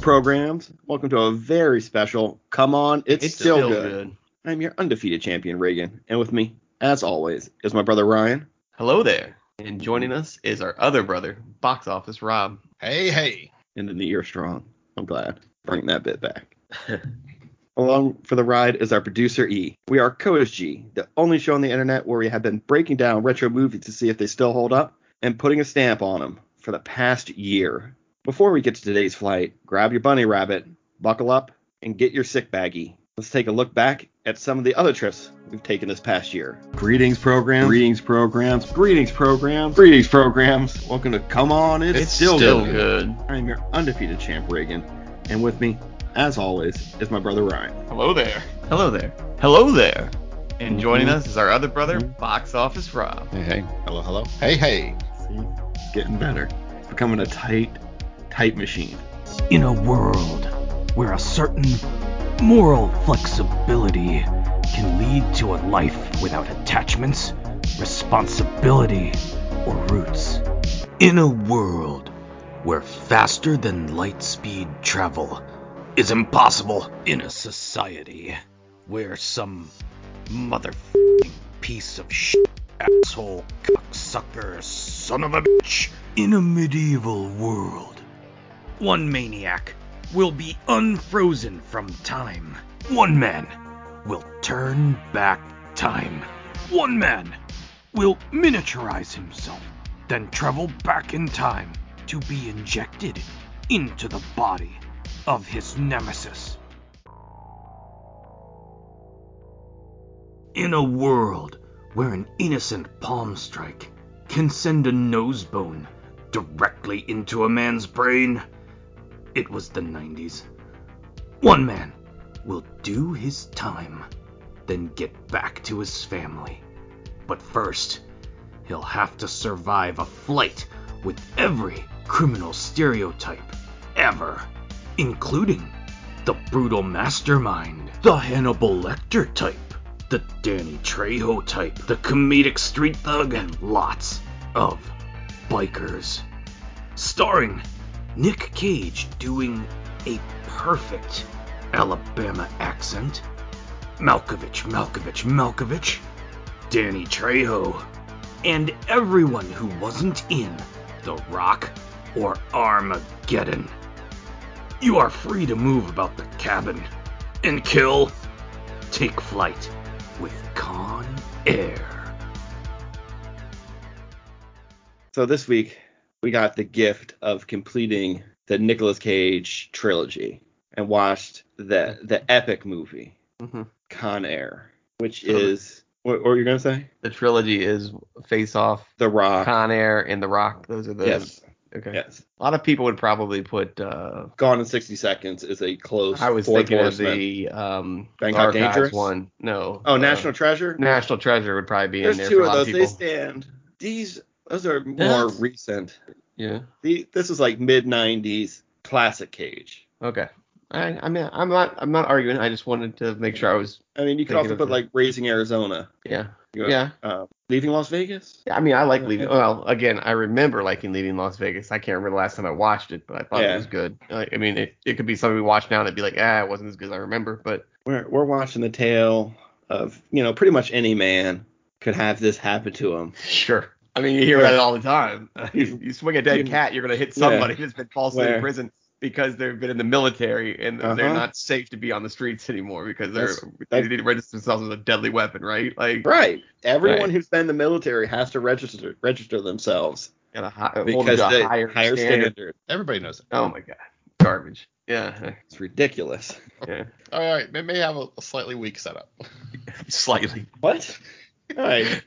programs. Welcome to a very special Come On, It's, It's Still, still good. good. I'm your undefeated champion, Reagan. And with me, as always, is my brother Ryan. Hello there. And joining us is our other brother, Box Office Rob. Hey, hey. And in the year strong. I'm glad. Bring that bit back. Along for the ride is our producer E. We are Coach G, the only show on the internet where we have been breaking down retro movies to see if they still hold up and putting a stamp on them for the past year. Before we get to today's flight, grab your bunny rabbit, buckle up, and get your sick baggie. Let's take a look back at some of the other trips we've taken this past year. Greetings programs. Greetings programs. Greetings programs. Greetings programs. Welcome to Come On, It's, good. I'm your undefeated champ Reagan, and with me, as always, is my brother Ryan. Hello there. Hello there. Hello there. And joining Mhm. us is our other brother, Mhm. Box Office Rob. Hey, hey. Hello, hello. Hey, hey. See, it's getting better. It's becoming a tight, tight machine. in a world where a certain moral flexibility can lead to a life without attachments, responsibility, or roots. In a world where faster than light speed travel is impossible in a society where some motherfucking piece of shit asshole cocksucker son of a bitch in a medieval world one maniac will be unfrozen from time. One man will turn back time. One man will miniaturize himself, then travel back in time to be injected into the body of his nemesis. In a world where an innocent palm strike can send a nose bone directly into a man's brain, it was the 90s. One man will do his time, then get back to his family. But first, he'll have to survive a flight with every criminal stereotype ever, including the brutal mastermind, the Hannibal Lecter type, the Danny Trejo type, the comedic street thug, and lots of bikers. Starring Nick Cage doing a perfect Alabama accent, Malkovich, Malkovich, Malkovich, Danny Trejo, and everyone who wasn't in The Rock or Armageddon. You are free to move about the cabin and kill, take flight with Con Air. So this week, we got the gift of completing the Nicolas Cage trilogy and watched the the epic movie Mhm. Con Mm-hmm. Air, which So- is what, what were you gonna say? The trilogy is Face Off, The Rock. Con Air, and The Rock. Those are the. Uh, yes, Okay. yes. A lot of people would probably put. Uh, Gone in 60 Seconds is a close. I was fourth thinking of horseman. the um, Bangkok Archives Dangerous? one. No. Oh, uh, National Treasure. National Treasure would probably be There's in there. two for a of lot those. Of they people. stand. These those are more Yes. recent. yeah. The, this is like mid 90s classic Cage. Okay. I, I mean, I'm not, I'm not arguing. I just wanted to make sure I was, I mean, you could also Thinking of put the- like Raising Arizona. yeah, You know, yeah. Uh, leaving Las Vegas. Yeah, I mean, I like Yeah. leaving. Well, again, I remember liking leaving Las Vegas. I can't remember the last time I watched it, but I thought Yeah. it was good. Like, I mean, it, it could be something we watch now and it'd be like, ah, it wasn't as good as I remember. But We're we're watching the tale of you know pretty much any man could have this happen to him. sure. I mean, you hear Where- that all the time. you, you swing a dead you- cat, you're gonna hit Yeah. somebody who's been falsely Where- in prison because they've been in the military and Uh-huh. they're not safe to be on the streets anymore because they're That's- they that- need to register themselves as a deadly weapon, right? Like, Right. Everyone Right. who's been in the military has to register register themselves gotta hi- hold them because to the a higher, standard. Everybody knows it. Oh my god, garbage. Yeah, It's ridiculous. yeah, All right, may may have a, a slightly weak setup. slightly. What? All right.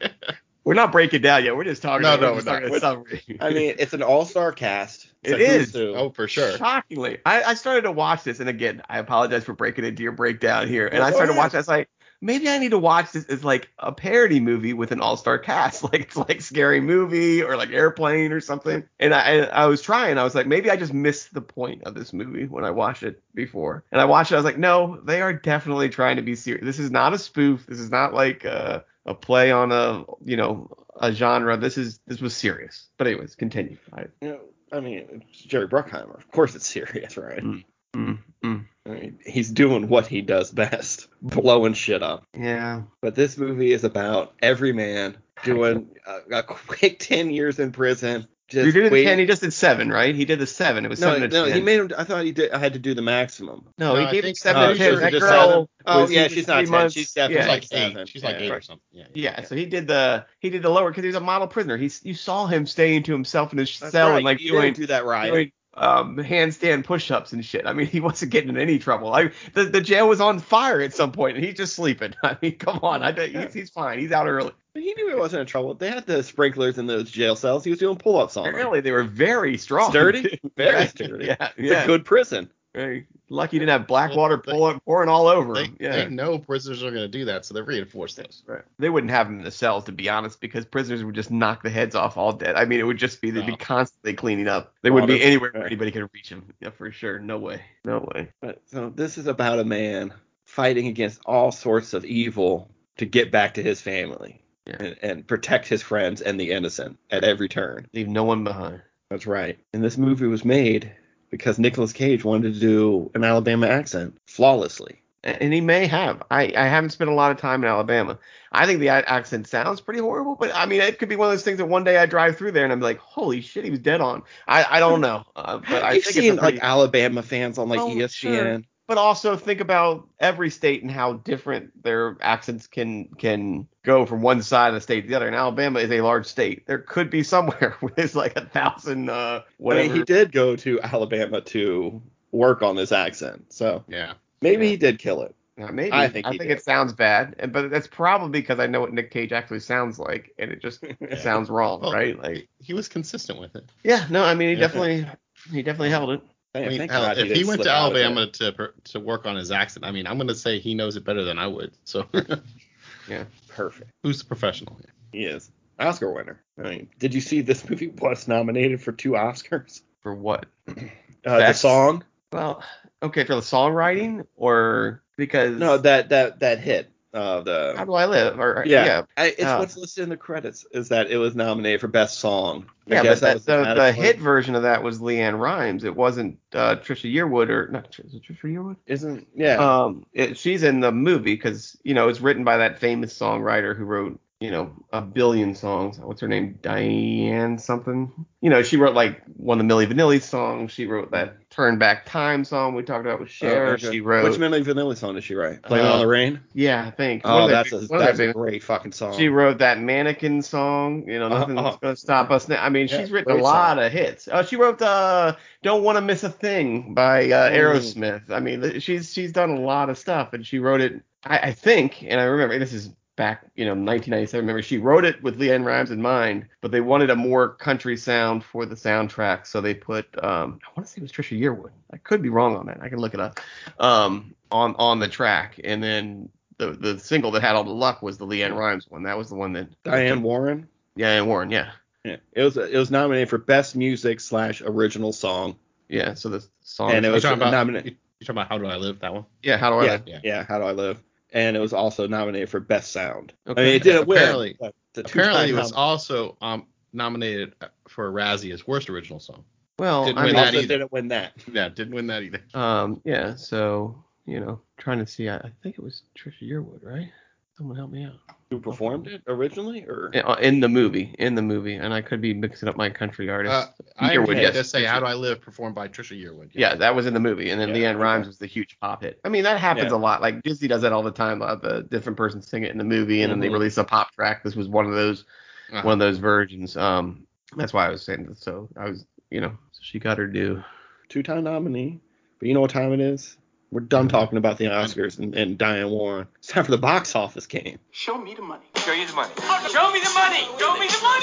We're not breaking down yet. We're just talking. No, no, we're just we're talking summary. I mean, it's an all-star cast. It's It a who's is. who. oh, for sure. shockingly, I, I started to watch this, and again, I apologize for breaking into your breakdown here. And No, I go started to ahead. watch. That's like maybe I need to watch this as like a parody movie with an all-star cast, like it's like Scary Movie or like Airplane or something. And I and I was trying. I was like, maybe I just missed the point of this movie when I watched it before. And I watched it. I was like, no, they are definitely trying to be serious. This is not a spoof. This is not like uh, a play on a you know a genre. This is this was serious. But anyways, continue. I, You know, I mean, it's Jerry Bruckheimer. Of course, it's serious, right? Mm. Mm, mm. I mean, he's doing what he does best, blowing shit up. Yeah. But this movie is about every man doing a, a quick 10 years in prison. Just you did it waiting- ten. He just did seven, right? He did the seven. It was no, seven to no, ten. he made him. I thought he did. I had to do the maximum. no, No, he I gave him think- seven oh, to ten. sure, That just girl. seven. Oh was yeah, even she's three not ten. months- She's definitely yeah. She's like seven. eight. She's like Yeah. eight or something. Yeah. Yeah, so he did the he did the lower because he was a model prisoner. He's you saw him staying to himself in his That's cell right. and like you doing didn't do that right. doing um, handstand push-ups and shit. I mean, he wasn't getting in any trouble. I the, the jail was on fire at some point, and he's just sleeping. I mean, come on, I bet he's, he's fine. He's out early. But he knew he wasn't in trouble. They had the sprinklers in those jail cells. He was doing pull-ups on them. Apparently, they were very strong. Sturdy, very Yeah, sturdy. Yeah, It's yeah. a good prison. Very lucky he didn't have black Well, water they- pour, pouring all over They, him. Yeah. they know prisoners are going to do that, so they reinforce those. Right. They wouldn't have him in the cells, to be honest, because prisoners would just knock the heads off all dead. I mean, it would just be they'd be Wow. constantly cleaning up. They wouldn't be Water. anywhere where Right. anybody could reach him. Yeah, for sure. No way. No way. But so this is about a man fighting against all sorts of evil to get back to his family Yeah. and, and protect his friends and the innocent at every turn. Leave no one behind. That's right. And this movie was made because Nicolas Cage wanted to do an Alabama accent flawlessly. and he may have. I, I haven't spent a lot of time in Alabama. I think the a- accent sounds pretty horrible, but I mean, it could be one of those things that one day I drive through there and I'm like, holy shit, he was dead on. I, I don't know, uh, but I You've think seen it's a pretty, like Alabama fans on like E Oh, ESPN. sure. But also think about every state and how different their accents can can go from one side of the state to the other. And Alabama is a large state. There could be somewhere where there's like a thousand uh I whatever. mean, he did go to Alabama to work on this accent, so Yeah. maybe Yeah. he did kill it. Uh, maybe. I I think, think he did. it sounds bad, and- but that's probably because I know what Nick Cage actually sounds like, and it just sounds wrong, Well, right? Like, He was consistent with it. yeah, no, I mean, he Yeah. definitely, he definitely held it. Hey, I mean, thank Al- God if he didn't went to slip out of it. Alabama to per- to work on his accent, I mean, I'm going to say he knows it better than I would. So perfect. who's the professional? here? He is Oscar winner. I mean, did you see this movie was nominated for two Oscars? For what? Uh, the Facts. song? Well, okay, for the songwriting, or because No, that that that hit. Uh, how the Ah. do I live? Or yeah, yeah, I, it's Oh. what's listed in the credits is that it was nominated for best song. I yeah, but guess that, was the, the category. hit version of that was Leanne Rhymes. It wasn't uh, Trisha Yearwood or not Tr- is it Trisha Yearwood. isn't. Yeah, Um, it, she's in the movie because you know it's written by that famous songwriter who wrote you know a billion songs. What's her name? Diane something. You know she wrote like one of the Milli Vanilli songs. She wrote that Turn Back Time song we talked about with Cher. Oh, okay. She wrote Which Milli Vanilli song did she write? Blame it Uh, on the rain. yeah I think. one Oh, of their that's big- a, one of their that's a big- great fucking song. she wrote that mannequin song, you know, Uh, nothing's uh, gonna stop us now. I mean, yeah, she's written a great lot of hits. Oh, she wrote uh, "Don't Want to Miss a Thing" by uh, Mm. Aerosmith. I mean, th- she's she's done a lot of stuff, and she wrote it. I, I think, and I remember this is back, you know, 1997. Remember, she wrote it with Leanne Rhymes in mind, but they wanted a more country sound for the soundtrack, so they put um, I want to say it was Trisha Yearwood. I could be wrong on that. I can look it up. Um, on on the track, and then the the single that had all the luck was the Leanne Rhymes one. That was the one that Diane Warren. yeah, and Warren, yeah, Yeah, it was it was nominated for best music slash original song. yeah. So the song, And it You're was talking, about, nominated- you you're talking about how do I live that one? yeah. How do I? yeah, Yeah. yeah, How do I live? And it was also nominated for best sound. Okay. I mean, it didn't Apparently- win. but the two Apparently, time he was nom- also um, nominated for a Razzie as worst original song. Well, didn't I win mean, that also either. didn't win that. Yeah, didn't win that either. um, yeah. So you know, trying to see. I, I think it was Trisha Yearwood, right? Someone help me out. Who performed it originally? Or Yeah, uh, In the movie, in the movie, and I could be mixing up my country artist. Uh, I Yearwood, would yes. just say how do I live performed by Trisha Yearwood. yeah, that was in the movie, and then Yeah, Leanne okay. Rhymes was the huge pop hit. I mean, that happens Yeah. a lot. Like Disney does that all the time. They'll have a different person sing it in the movie, and then they Mhm. release a pop track. This was one of those Uh-huh. one of those versions. Um, that's why I was saying that. So I was, you know, so she got her due. two time nominee. But you know what time it is? We're done talking about the Oscars and, and Diane Warren. It's time for the box office game. Show me the money. Show you the money. Show me the money. Show me the money.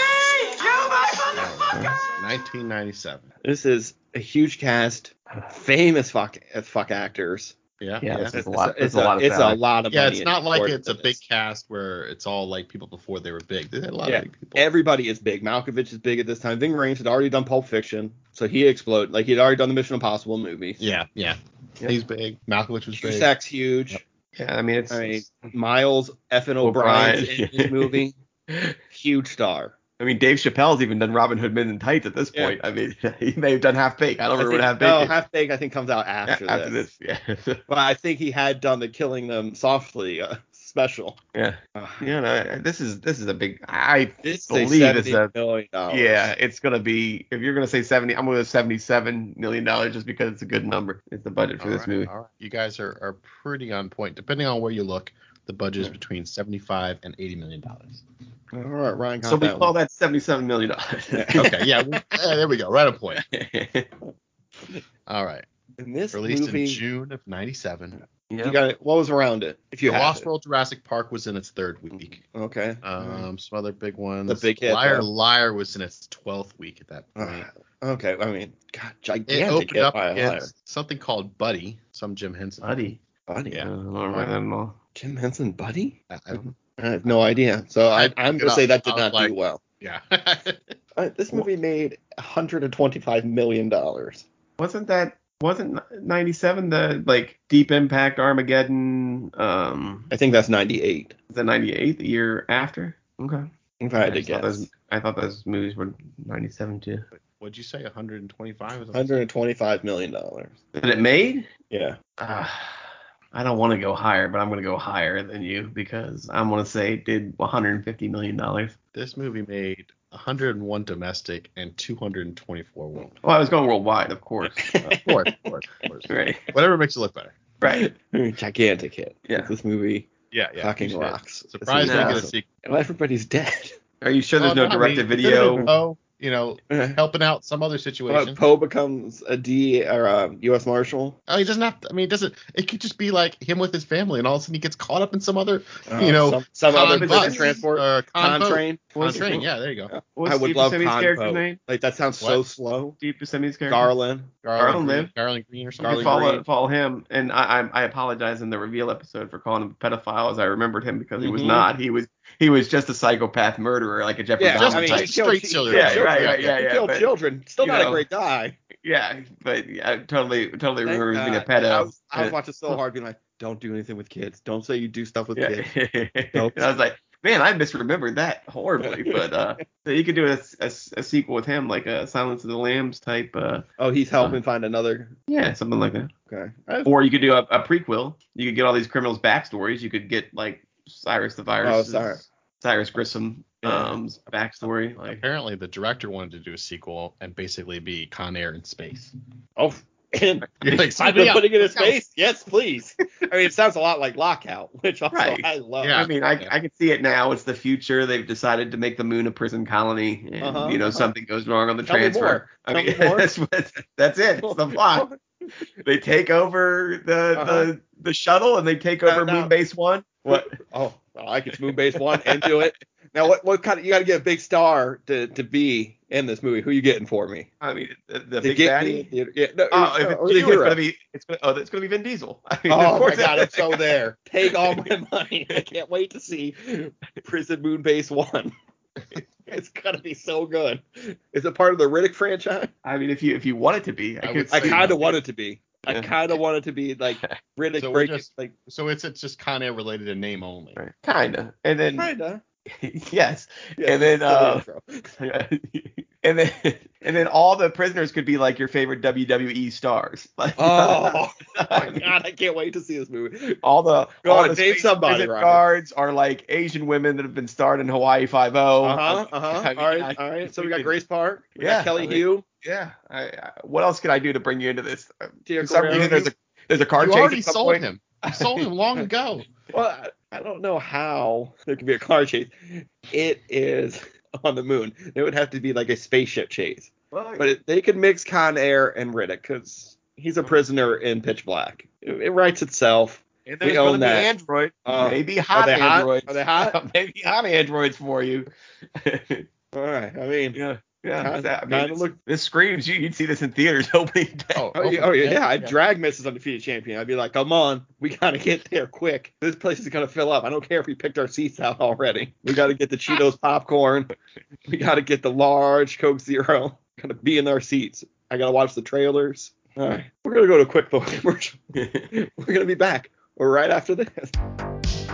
You my motherfucker. 1997. This is a huge cast, famous fuck uh, fuck actors. Yeah. Yeah, Yeah. that's There's a lot- there's it's a lot of it's a talent. lot of Yeah, money it's in not like sport it's a for big this. cast where it's all like people before they were big. They had a lot Yeah. of big people. Everybody is big. Malkovich is big at this time. Ving Rhames had already done Pulp Fiction, so he exploded. Like he'd already done the Mission Impossible movie. yeah, yeah. Yeah. He's big. Malkovich was big. Cusack's huge. Yep. Yeah, I mean, it's I mean, Miles F. and O'Brien's in this movie. Huge star. I mean, Dave Chappelle's even done Robin Hood Men in Tights at this Yeah. point. I mean, he may have done Half Baked. I don't I remember think- what Half Baked. no, is. Half Baked I think comes out after, after this. this. yeah, But I think he had done the Killing Them Softly uh, special. yeah. Uh, You know, this is this is a big. I This is a believe it's a $70 million dollars. Yeah, it's gonna be if you're gonna say seventy, I'm gonna go seventy-seven million dollars just because it's a good number. It's the budget for All this right, movie. all right. You guys are, are pretty on point. Depending on where you look, the budget is between 75 and 80 million dollars. All right, Ryan. Got So we that call one. that seventy-seven million dollars. Okay, yeah, we- eh, there we go. Right on point. yeah. All right. in this Released movie. in June of 97. You got it. What was around it? If you the have Lost it. World Jurassic Park was in its third week. Okay. Um, some other big ones. Mm-hmm. The big hit, Liar though. Liar was in its 12th week at that All point. right. okay. I mean, God, It gigantic. opened hit up by a liar. against something called Buddy, some Jim Henson. Buddy. Buddy. Yeah. I Yeah. don't remember that at Uh, all. Jim Henson, Buddy? I- I- I have no idea. So I, I- I'm going to say that I did was not like- do well. yeah. All right, Uh, this movie made 125 million dollars. Wasn't that wasn't ninety-seven the like Deep Impact Armageddon? Um, I think that's 98. is that ninety-eight the year after? Okay. If I had I to just thought guess. those- I thought those movies were ninety-seven too. What'd you say? 125? 125 million dollars. That it made? Yeah. Uh, I don't want to go higher, but I'm going to go higher than you because I want to say it did 150 million dollars. This movie made 101 domestic and 224 world. Well, I was going worldwide, of course. Uh, Of course, of course, of course. right. Whatever makes it look better. Right. Gigantic hit. Yeah. This movie Yeah, yeah. fucking Huge hit. rocks. This Surprised is we get a awesome. sequel. Well, everybody's dead. Are you sure there's Well, no I mean, direct to could've been video? Poe, you know, helping out some other situation. Well, Poe becomes a D or a U.S. Marshal. Oh, he doesn't have. To, I mean, it doesn't. It could just be like him with his family, and all of a sudden he gets caught up in some other, Uh, you know, some, some con other bus, like, transport uh, con, con boat, train. con What's- train. Yeah, there you go. What's I would Steve love Buscemi's Con character's Poe. name? Like that sounds so What? slow. Steve Buscemi's character. Garland. Garland Green- Live. Garland Green or something. You Garland follow Green. follow him, and I, I I apologize in the reveal episode for calling him a pedophile as I remembered him because he was Mhm. not. He was he was just a psychopath murderer like a Jeffrey Yeah, Dahmer Just I mean, type. he straight killed- children. yeah, right, right, yeah, He yeah. killed but- children. Still you not know, a great guy. Yeah, but yeah, I totally, totally Thank remember him being a God. I pedo. was, I was watching so hard, being like, "Don't do anything with kids. Don't say you do stuff with kids." yeah. Nope. and I was like, man, I misremembered that horribly. but uh, so you could do a, a, a sequel with him, like a Silence of the Lambs type. Uh, Oh, he's helping find another. yeah, something like that. Okay. I- Or you could do a, a prequel. You could get all these criminals' backstories. You could get like Cyrus the Virus. Oh, sorry. Cyrus Grissom. Um's backstory, like Apparently, the director wanted to do a sequel and basically be Con Air in space. Oh, and You're like, I've sign me been up. putting it in his Let's go. face. Yes, please. I mean, it sounds a lot like Lockout, which also Right. I love. Yeah. I mean, I, I can see it now. It's the future. They've decided to make the moon a prison colony, and Uh-huh, you know uh-huh. something goes wrong on the Tell me transfer. more. I Tell mean, me more. that's what, that's it. It's the plot. they take over the Uh-huh. the, the shuttle and they take over No, no. Moon Base One. What? Oh, well, I could move base one and do it. Now, what? What kind of? You got to get a big star to to be in this movie. Who you getting for me? I mean, the, the to big get me in baddie. the theater? Yeah, no, Oh, no, if or it's the you, it's hero. gonna be it's gonna oh it's gonna be Vin Diesel. I mean, Oh of course my god, it- I'm so there. Take all my money. I can't wait to see Prison Moon Base One. It's gonna be so good. Is it part of the Riddick franchise? I mean, if you if you want it to be, I, I could would see I say- kind of want it to be. I Yeah. kind of want it to be like Riddick So we're breaking, just- like So it's it's just Con Air related in name only. Right. kinda, and then kinda. Oh, yes, Yeah, And then, that's the uh, intro. and then and then all the prisoners could be like your favorite WWE stars. Like, oh I my mean, god, I can't wait to see this movie. all the Go all on, the name space somebody, prison Ryan. guards are like Asian women that have been starred in Hawaii Five O. Uh huh. Uh huh. all right. all right. So we got Grace Park. We Yeah, got Kelly I mean, Hugh. Yeah. I, I, what else could I do to bring you into this? Tia For some Carrere. reason, there's a there's a car you chase. at already some sold point. him. You sold him long ago. Well, I I don't know how there could be a car chase. It is on the moon. It would have to be like a spaceship chase. But it, they could mix Con Air and Riddick because he's a prisoner in Pitch Black. It, it writes itself. and we there's own gonna be that. Android. Uh, maybe hot they hot? androids. Are they hot? maybe hot androids for you. All right. I mean, yeah. Yeah. Kinda- that- I mean, kinda it's- look- this screams you. You'd see this in theaters opening day. Oh, oh, yeah, oh, yeah, yeah. I'd drag Mrs. Undefeated Champion. I'd be like, come on. We got to get there quick. This place is going to fill up. I don't care if we picked our seats out already. We got to get the Cheetos popcorn. We got to get the large Coke Zero. Got to be in our seats. I got to watch the trailers. All right. We're going to go to a quick phone commercial. We're going to be back right after this. Please.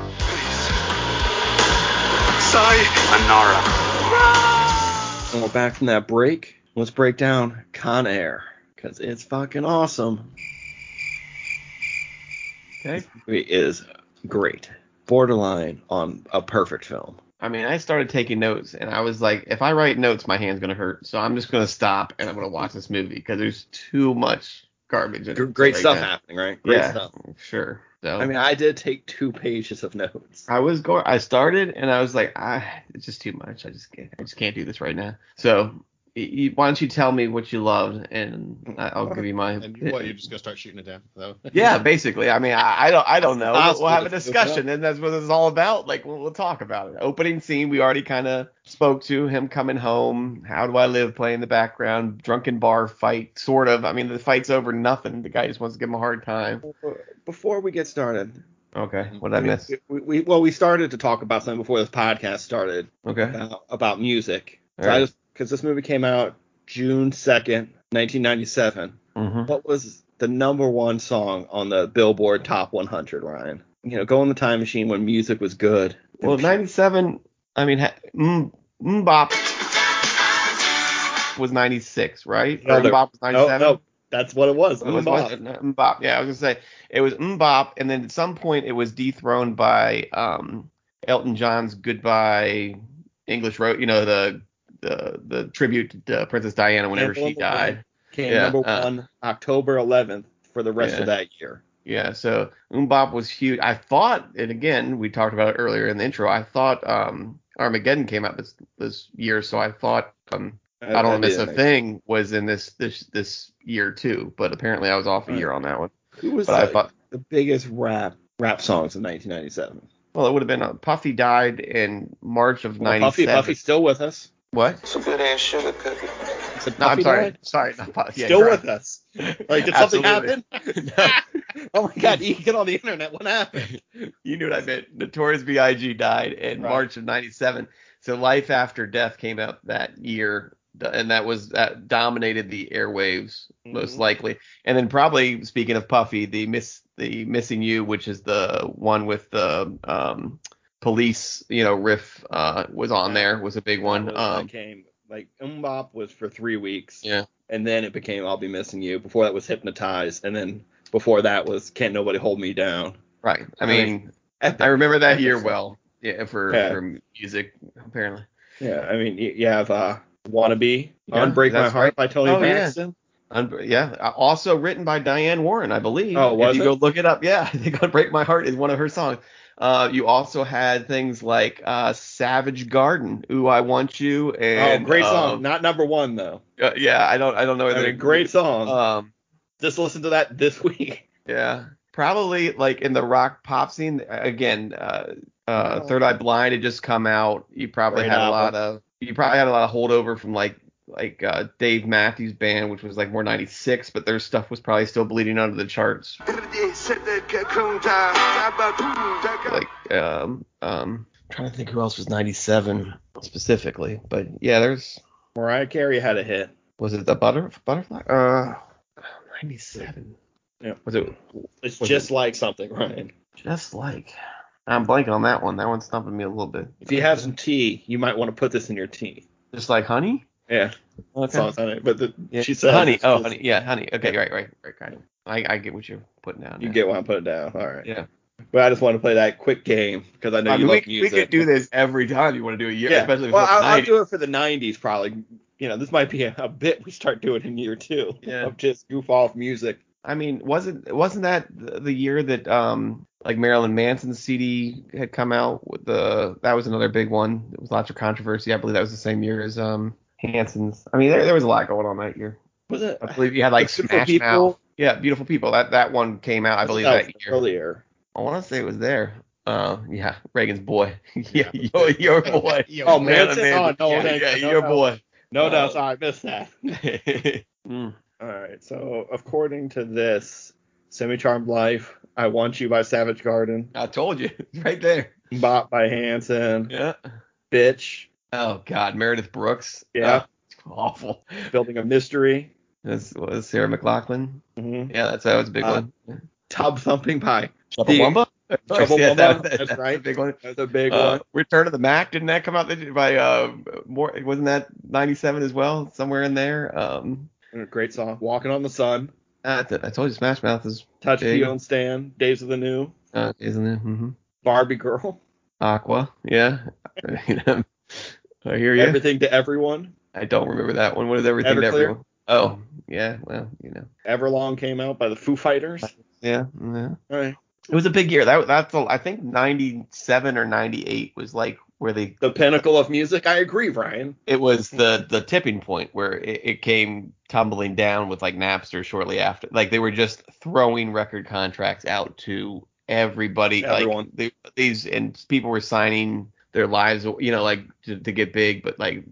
Sai Anara. Run! Well, we're back from that break. Let's break down Con Air because it's fucking awesome. Okay. It is great. Borderline on a perfect film. I mean, I started taking notes, and I was like, if I write notes, my hand's gonna hurt. So I'm just gonna stop, and I'm gonna watch this movie because there's too much garbage. In Gr- it Great right stuff now. happening, right? Great Yeah. stuff. Sure. So I mean, I did take two pages of notes. I was going. I started, and I was like, I it's just too much. I just can't, I just can't do this right now. So. y you, why don't you tell me what you loved, and I- I'll give you my. And you, what? You're just gonna start shooting it down? Though? Yeah, basically. I mean, I, I don't, I don't know. We'll, Possible we'll have a to- discussion, and that's what this is all about. Like, we'll, we'll talk about it. Opening scene, we already kind of spoke to him coming home. How do I live? Play in the background, drunken bar fight, sort of. I mean, the fight's over, nothing. The guy just wants to give him a hard time. Before we get started, Okay, what did I miss? we, we well, we started to talk about something before this podcast started. Okay, about, about music. So I All right. just because this movie came out June second, nineteen ninety seven. hmm What was the number one song on the Billboard Top one hundred? Ryan, you know, go in the time machine when music was good. Oh, well, '97. I mean, ha- mm, mm bop was '96, right? Or No, Mbop was no, '97. no, that's what it was. It was- was it? No, Mbop. Yeah, I was gonna say it was Mbop, and then at some point it was dethroned by um, Elton John's "Goodbye English Road." You know the the the tribute to Princess Diana whenever Anthem she of the died. Came yeah, number uh, one October eleventh for the rest Yeah. of that year. Yeah, so Mbop was huge. I thought, and again we talked about it earlier in the intro. I thought um, Armageddon came out this this year, so I thought um, I don't miss a didn't. thing was in this this this year too. But apparently I was off a Right. year on that one. Who was But I the, thought. the biggest rap rap songs in nineteen ninety seven? Well, it would have been uh, Puffy died in March of Well, '97. Puffy, Puffy's still with us. What? It's a good ass sugar cookie. I said No, I'm Puffy sorry. died? Sorry, not Puffy. Yeah, still you're with right. us. Like, did something Absolutely. happen? oh my god, you get on the internet. What happened? you knew what I meant. Notorious B.I.G. died in Right. March of '97. So Life After Death came out that year, d- and that was that dominated the airwaves most Mhm. likely. And then probably speaking of Puffy, the miss the Missing You, which is the one with the um, police, you know, riff uh, was on there was a big one. That was- Um, that came like Umbop was for three weeks. Yeah. And then it became I'll be missing you. Before that was hypnotized, and then before that was can't nobody hold me down. right. I I mean, mean, I remember that epic year stuff. well. Yeah, for, Yeah. for music apparently. Yeah, I mean you, you have uh, wannabe Yeah, on Break My that's Heart by Tony Oh, yeah. Braxton. Un- yeah, uh, also written by Diane Warren, I believe. Oh, was if you it? go look it up, yeah, I think on "Break My Heart" is one of her songs. Uh, you also had things like uh, "Savage Garden," "Ooh I Want You," and oh, great um, song. Not number one though. uh, yeah, I don't, I don't know. I whether- mean, great song. Um, Just listen to that this week. yeah, probably like in the rock pop scene again. Uh, uh, Third Eye Blind had just come out. You Oh. probably Great had a album. lot of you probably had a lot of holdover from like like uh, Dave Matthews Band, which was like more '96, but their stuff was probably still bleeding under the charts. Like um um trying to think who else was '97 specifically, but yeah, there's Mariah Carey had a hit. was it the butter butterfly uh '97. Yeah. Was it It's Was just like something, Ryan. just like I'm blanking on that one. That one's stumping me a little bit. If you have some tea, you might want to put this in your tea. Just like honey. Yeah, Okay. songs on it. But the, Yeah. she said, honey. it's Oh, just- honey. Yeah, honey. Okay, right, right, right. right. I, I get what you're putting down. You now. get why I'm putting it down. All right. Yeah. But I just want to play that quick game because I know I you mean, love we, we music. could do this every time you want to do a year, Yeah. especially well, with I'll, I'll 90. do it for the '90s probably. You know, this might be a, a bit we start doing in year two Yeah. of just goof off music. I mean, wasn't wasn't that the the year that um like Marilyn Manson's CD had come out with the that was another big one. It was lots of controversy. I believe that was the same year as um Hanson's. I mean, there there was a lot going on that year. Was it? I believe you had like Beautiful Smash People? Mouth. Yeah, beautiful people. That that one came out, I believe, Oh, that year. earlier. I want to say it was there. Uh, yeah, Reagan's boy. yeah, Yeah. your, your boy. Yo, Oh, man. Manson? Marilyn Oh, no, yeah, thank yeah, you. No, your no. boy. No, no, Uh, sorry, I missed that. Mm. All right. So according to this, Semi Charmed Life, I Want You by Savage Garden, I told you, right there. Bop by Hanson, Yeah. Bitch, Oh God, Meredith Brooks. Yeah. Oh, awful. Building a Mystery, This was Sarah McLaughlin. mhm, Yeah, that's that was a big Uh, one. Tub Thumping by Chumbawamba. Trouble Yeah, that- Bubba, that- that's that's right. a big one. That's a big Uh, one. Return of the Mac didn't that come out the- by uh more wasn't that 97 as well somewhere in there um And a great song. Walking on the Sun. I, th- I told you Smash Mouth is Touch Big. Theo and Stan. Days of the New. uh, isn't it hmm Barbie Girl. Aqua yeah I mean, um, I hear you Everything to Everyone. I don't remember that one what is everything to Everclear? everyone oh yeah well you know Everlong came out by the Foo Fighters. yeah yeah All right. it was a big year that that's a, I think 97 or 98 was like where they The pinnacle of music. I agree, Ryan. it was the the tipping point where it, it came tumbling down with like Napster shortly after. Like they were just throwing record contracts out to everybody. Everyone. Like they, these and people were signing their lives, you know, like to, to get big, but like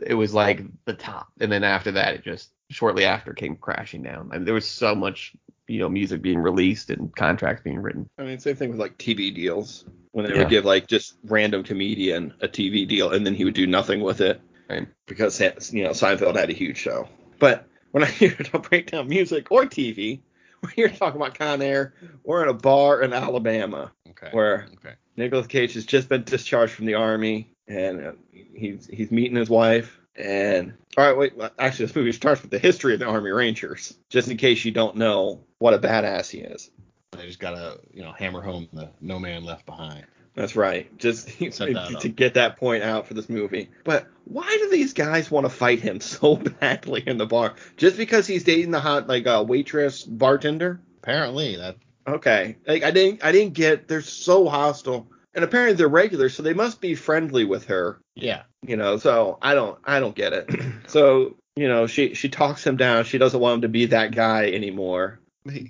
it was like the top. And then after that, it just shortly after came crashing down. I mean, there was so much, you know, music being released and contracts being written. I mean, same thing with like TV deals when they Yeah. would give like just random comedian a TV deal and then he would do nothing with it Right. because you know Seinfeld had a huge show. But when I hear it on breakdown music or TV, when you're talking about Con Air, we're in a bar in Alabama Okay. where Okay. Nicolas Cage has just been discharged from the army and uh, he's he's meeting his wife. And all right, wait. well, Actually, this movie starts with the history of the Army Rangers, just in case you don't know what a badass he is. They just gotta, you know, hammer home the no man left behind. That's right. Just Set that to up. get that point out for this movie. But why do these guys want to fight him so badly in the bar? Just because he's dating the hot like uh, waitress bartender? Apparently that Okay. Like I didn't I didn't get they're so hostile. And apparently they're regular, so they must be friendly with her. yeah. You know, so I don't I don't get it. so, you know, she she talks him down. She doesn't want him to be that guy anymore.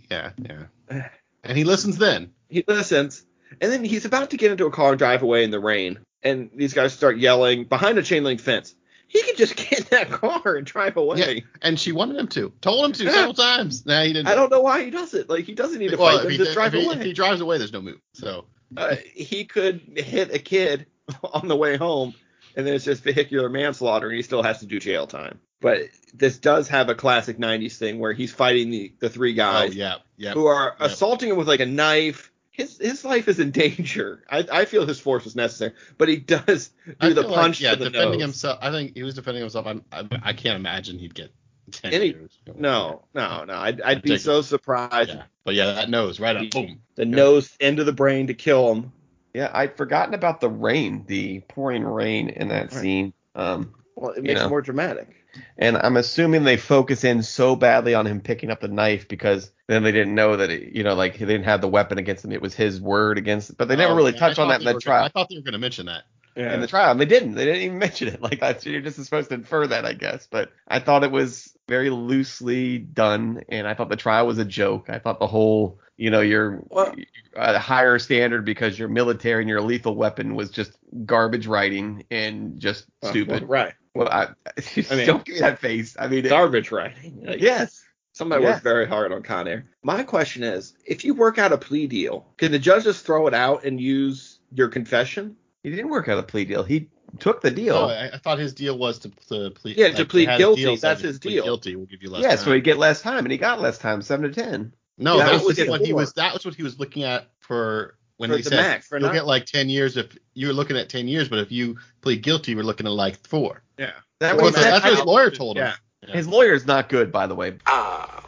Yeah, yeah. And he listens then. he listens, and then he's about to get into a car and drive away in the rain, and these guys start yelling behind a chain link fence. He could just get in that car and drive away. And she wanted him to. Told him to several times. Nah, he didn't. I don't know why he does it. Like he doesn't need to Well, fight if them, he, just if drive he- away. if he drives away, there's no move. So uh, he could hit a kid on the way home, and then it's just vehicular manslaughter, and he still has to do jail time. But this does have a classic '90s thing where he's fighting the the three oh guys. yeah, yeah. who are Yep. assaulting him with like a knife. His his life is in danger. I, I feel his force was necessary, but he does do I the feel like, punch yeah, to the defending nose. himself. I think he was defending himself. I'm, I, I can't imagine he'd get ten Any- years. No, no, no. I'd, I'd be Ridiculous. so surprised. Yeah. But yeah, that nose right up. Boom. The nose into the brain to kill him. Yeah, I'd forgotten about the rain, the pouring rain in that Right. scene. Um, Well, it You makes know. it more dramatic. And I'm assuming they focus in so badly on him picking up the knife because then they didn't know that it, you know, like he didn't have the weapon against him. It was his word against. But they never Oh, really yeah, I touched on that thought in they the were gonna- I trial. thought they were going to mention that. Yeah. In the trial, and they didn't. They didn't even mention it. Like that's you're just supposed to infer that, I guess. But I thought it was very loosely done, and I thought the trial was a joke. I thought the whole, you know, your Well- a higher standard because you're military and you're a lethal weapon was just garbage writing and just Well, stupid. right. Well, I, I mean- don't give me that face. I mean, it- Garbage writing. Like, yes. Somebody Yeah. worked very hard on Con Air. My question is, if you work out a plea deal, can the judge just throw it out and use your confession? He didn't work out a plea deal. He took the deal. Oh, I, I thought his deal was to, to plead. Yeah, to plead had a guilty, deal saying that's if you his plead deal. Guilty, we'll give you less. yeah, time. so he'd get less time, and he got less time, seven to ten. No, Yeah, that, that was, was the his what he deal. was. That was what he was looking at for when For they the said max, for you'll not- get like ten years if you were looking at ten years, but if you plead guilty, we're looking at like four. Yeah. That Well, was That's what- that- that's what his I- lawyer told him. yeah. Yeah. his lawyer's not good, by the way. Ah,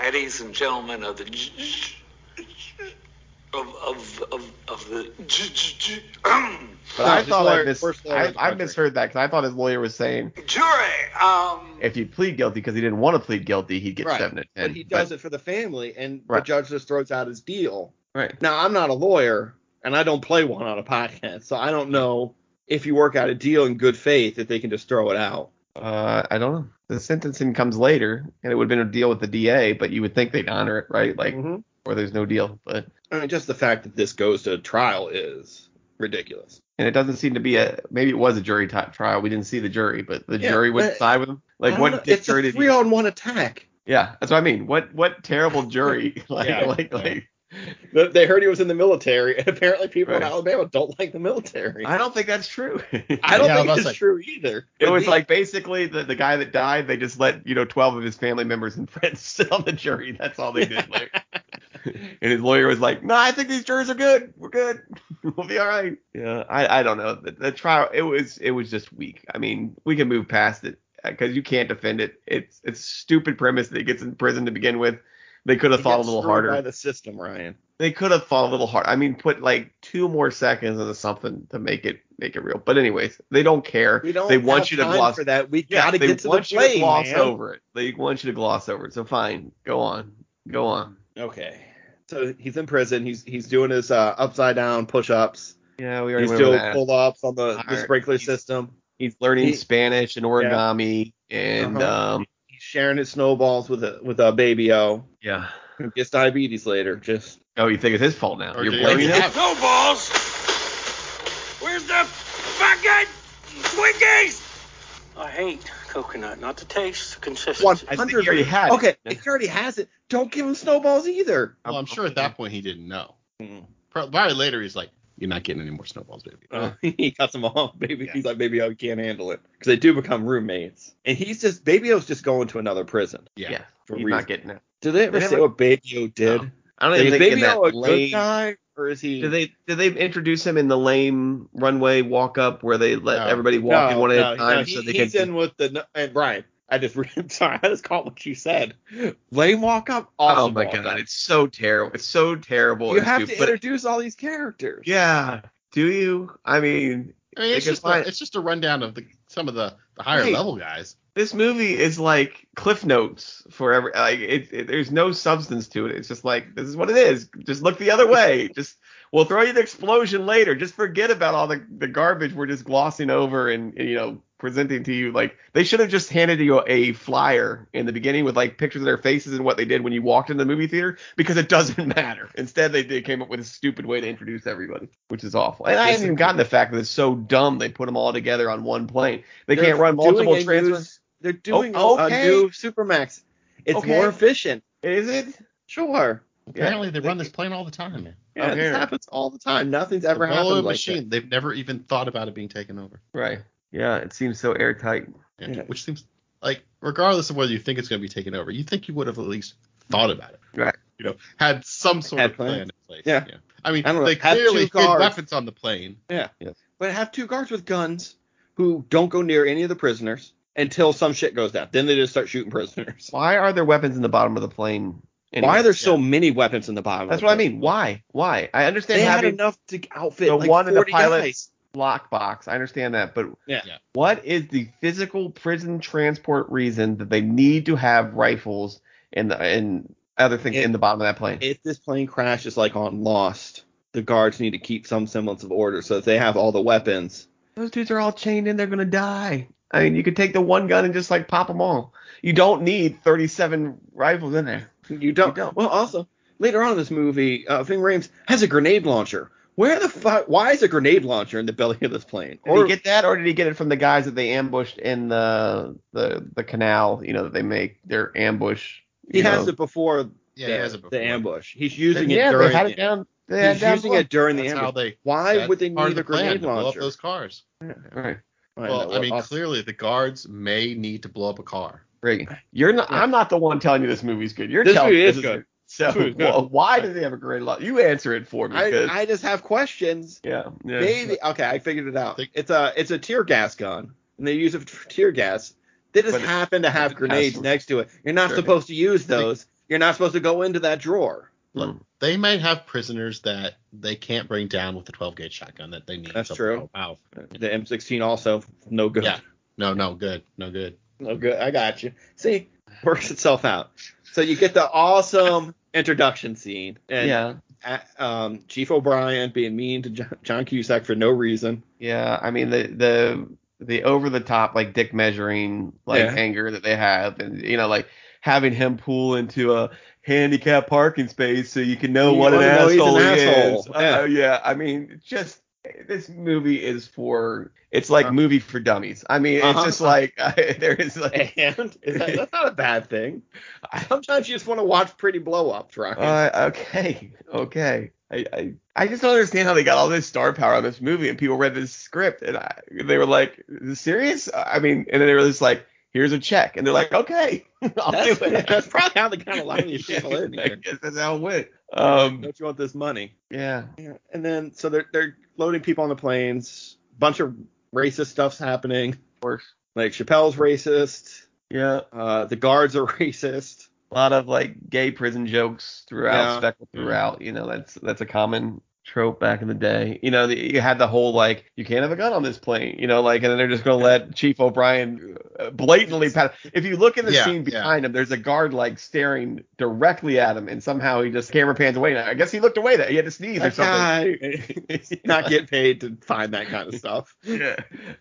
ladies and gentlemen of the j- j- j- of of of of the j- j- um, j- But No, I his thought lawyer- I, mis- worst lawyer in the I, I country. misheard that because I thought his lawyer was saying jury. Um, if you plead guilty because he didn't want to plead guilty, he'd get Right, seven to ten. but he does it for the family, and Right. the judge just throws out his deal. Right. Now, I'm not a lawyer, and I don't play one on a podcast, so I don't know if you work out a deal in good faith if they can just throw it out. Uh, I don't know. The sentencing comes later, and it would have been a deal with the DA, but you would think they'd honor it, right? Like, or there's no deal. But I mean, just the fact that this goes to trial is ridiculous. and it doesn't seem to be a maybe it was a jury ti- trial. We didn't see the jury, but the Yeah, jury would but- side with him. I Like don't what know, did- it's jury a did? three you- on one attack. yeah, that's what I mean. What what terrible jury? like Yeah, like yeah. like. They- They heard he was in the military, and apparently people in Right. Alabama don't like the military. I, I don't think that's true. don't Yeah, I think was it's like- true either. It was Indeed. like basically the, the guy that died, they just let, you know, 12 of his family members and friends sit on the jury. That's all they did. Like, and his lawyer was like, "No, I think these jurors are good. We're good. we'll be all right." Yeah, I, I don't know. The, the trial it was it was just weak. I mean, we can move past it because you can't defend it. It's it's stupid premise that he gets in prison to begin with. They could have He thought a gets little screwed harder by the system, Ryan. they could have fought a little hard. I mean, put like two more seconds into something to make it make it real. But anyways, they don't care. We don't. they want have you to time gloss. for that. We Yeah, gotta they get to the want you to play, gloss man. over it. They want you to gloss over it. So fine, go on, go on. Okay. So he's in prison. He's he's doing his uh, upside down push ups. Yeah, we already He's went over doing that. pull ups on the, the right. sprinkler He's- system. He's learning He- Spanish and origami and Uh-huh. um He's sharing his snowballs with a with a baby O yeah. who gets diabetes later. Just Oh, you think it's his fault now? Or You're do you blaming already him. have- No balls. Where's the fucking Twinkies? I hate coconut, not the taste, the consistency. I think he already had. it. Okay, if he already has it, don't give him snowballs either. Well, I'm sure at that point he didn't know. Mm. Pro- Probably later he's like, "You're not getting any more snowballs, baby." Oh. Uh, he cuts them off. Baby, Yeah. he's like, Baby O can't handle it because they do become roommates. And he's just Baby O's just going to another prison. yeah. Yeah. For He's reason. not getting it. Did they ever They say never- what Baby O did? No. I don't Is even think in Baby that O a good lame- guy or is he? Did they did they introduce him in the lame runway walk up where they let No. everybody walk in one at a time no, so he- they he's can in with the no- and Brian. I just I'm sorry, I just caught what you said. Lane walk up. Oh Awesome my walk-up. god, it's so terrible. It's so terrible. you and have stupid, to introduce all these characters. but, yeah. Do you? I mean, I mean, it's They could just a, find- it's just a rundown of the some of the, the higher Right. level guys. this movie is like cliff notes for every like it, it there's no substance to it. It's just like this is what it is. Just look the other way. Just we'll throw you the explosion later. Just forget about all the, the garbage we're just glossing over and, and, you know presenting to you like they should have just handed you a flyer in the beginning with like pictures of their faces and what they did when you walked in the movie theater because it doesn't matter instead they, they came up with a stupid way to introduce everybody which is awful and i haven't even gotten the fact that it's so dumb they put them all together on one plane they They're can't run doing multiple a new- transfers They're doing Oh, a- okay. a new Supermax. It's Okay. more efficient. Is it? Sure. Apparently they run this plane all the time, man. Yeah, Okay. this happens all the time. Nothing's ever the Bolo happened like machine. They've never even thought about it being taken over. Right. Yeah, it seems so airtight. Yeah. Yeah. Which seems like regardless of whether you think it's going to be taken over, you think you would have at least thought about it. Right. You know, had some sort Had of plan plans. in place. Yeah. I mean, I don't know, they have two clearly cars. hid weapons on the plane. that. Yeah. Yes. But have two guards with guns who don't go near any of the prisoners until some shit goes down. Then they just start shooting prisoners. Why are there weapons in the bottom of the plane? anyway? Why are there so many weapons in the bottom? of That's the what I plane? mean. Why? Why? I understand They had having enough to outfit the like one in the 40 pilot- guys. lockbox. I understand that, but Yeah. Yeah. what is the physical prison transport reason that they need to have rifles and the, and other things It- in the bottom of that plane? if this plane crashes like on Lost, the guards need to keep some semblance of order so that they have all the weapons. Those dudes are all chained in. They're gonna die. I mean, you could take the one gun and just like pop them all. You don't need 37 rifles in there. You don't. You don't. Well, also later on in this movie, uh, Ving Rhames has a grenade launcher. Where the fuck? Why is a grenade launcher in the belly of this plane? Did he get that, or did he get it from the guys that they ambushed in the the, the canal? You know that they make their ambush. he you has know. it before, Yeah, the, he has it before. the ambush. He's using yeah, it they during. had it down. They had he's down using it during the That's how ambush. they. Why that's would they part of need the a plan, grenade to blow up launcher? those cars. All right, know, Well, I what- mean, also- clearly the guards may need to blow up a car. great. You're not. I'm not the one telling you this movie's good. You're This telling movie me is this good. So This movie's good. well, why do they have a great lot? You answer it for me. I, 'cause- I just have questions. yeah. yeah. Maybe okay, I figured it out. Think- It's a it's a tear gas gun, and they use it for tear gas. They just But it- happen to have it has grenades to- next to it. You're not Sure. supposed to use those. You're not supposed to go into that drawer. Look, They might have prisoners that they can't bring down with the 12 gauge shotgun that they need. That's to true. blow out. The M16 also no good. Yeah. No, no, good, no good. No good. I got you. See, works itself out. So you get the awesome introduction scene, and yeah. uh, um, Chief O'Brien being mean to John, John Cusack for no reason. Yeah. I mean the the the over the top like dick measuring like Yeah. anger that they have, and you know like having him pull into a handicap parking space so you can know You what an wanna know he's asshole an he is. asshole. Yeah. Uh, yeah. I mean just this movie is for it's like movie for dummies. I mean Uh-huh. it's just like there is like And is that, that's not a bad thing. Sometimes you just want to watch pretty blow ups, right? Uh, okay, okay. I, I I just don't understand how they got all this star power on this movie, and people read this script, and I, they were like, "Is this serious?" Uh, I mean, and then they were just like, "Here's a check," and they're like, "Okay, I'll That's, do it." that's probably how they kind of line these people in I here. guess that's how it went. Um, Don't you want this money? yeah. Yeah. And then so they're they're loading people on the planes. Bunch of racist stuff's happening. Worse. Like Chappelle's racist. Yeah. Uh, the guards are racist. A lot of like gay prison jokes throughout, Yeah. speckled throughout. You know, that's that's a common trope back in the day. You know, the, you had the whole like you can't have a gun on this plane. You know, like and then they're just gonna let Chief O'Brien uh, blatantly pat. If you look in the Yeah, scene yeah. behind him, there's a guard like staring directly at him, and somehow he just camera pans away. I guess he looked away. That he had to sneeze or That something. guy not get paid to find that kind of stuff. Yeah.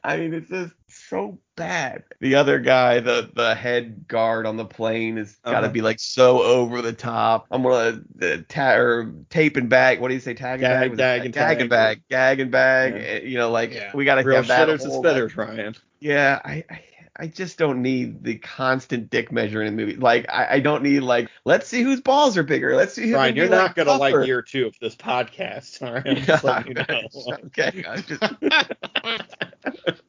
I mean, it's just so bad. The other guy, the the head guard on the plane, has got to Uh-huh. be like so over the top. I'm gonna uh, ta- or tape and bag. What do you say? Tag and Gag, bag. Was it- dag, and gag tag. and bag. Gag and bag. Yeah. eh, You know, like Yeah. we gotta Real have that. shitters is whole, better, like- Ryan. yeah, I. I I just don't need the constant dick measure in a movie. Like, I, I don't need like, let's see whose balls are bigger. Let's see. who Ryan, can be, you're not gonna tougher. like year two of this podcast. All right, I'm just letting you know. okay, I just,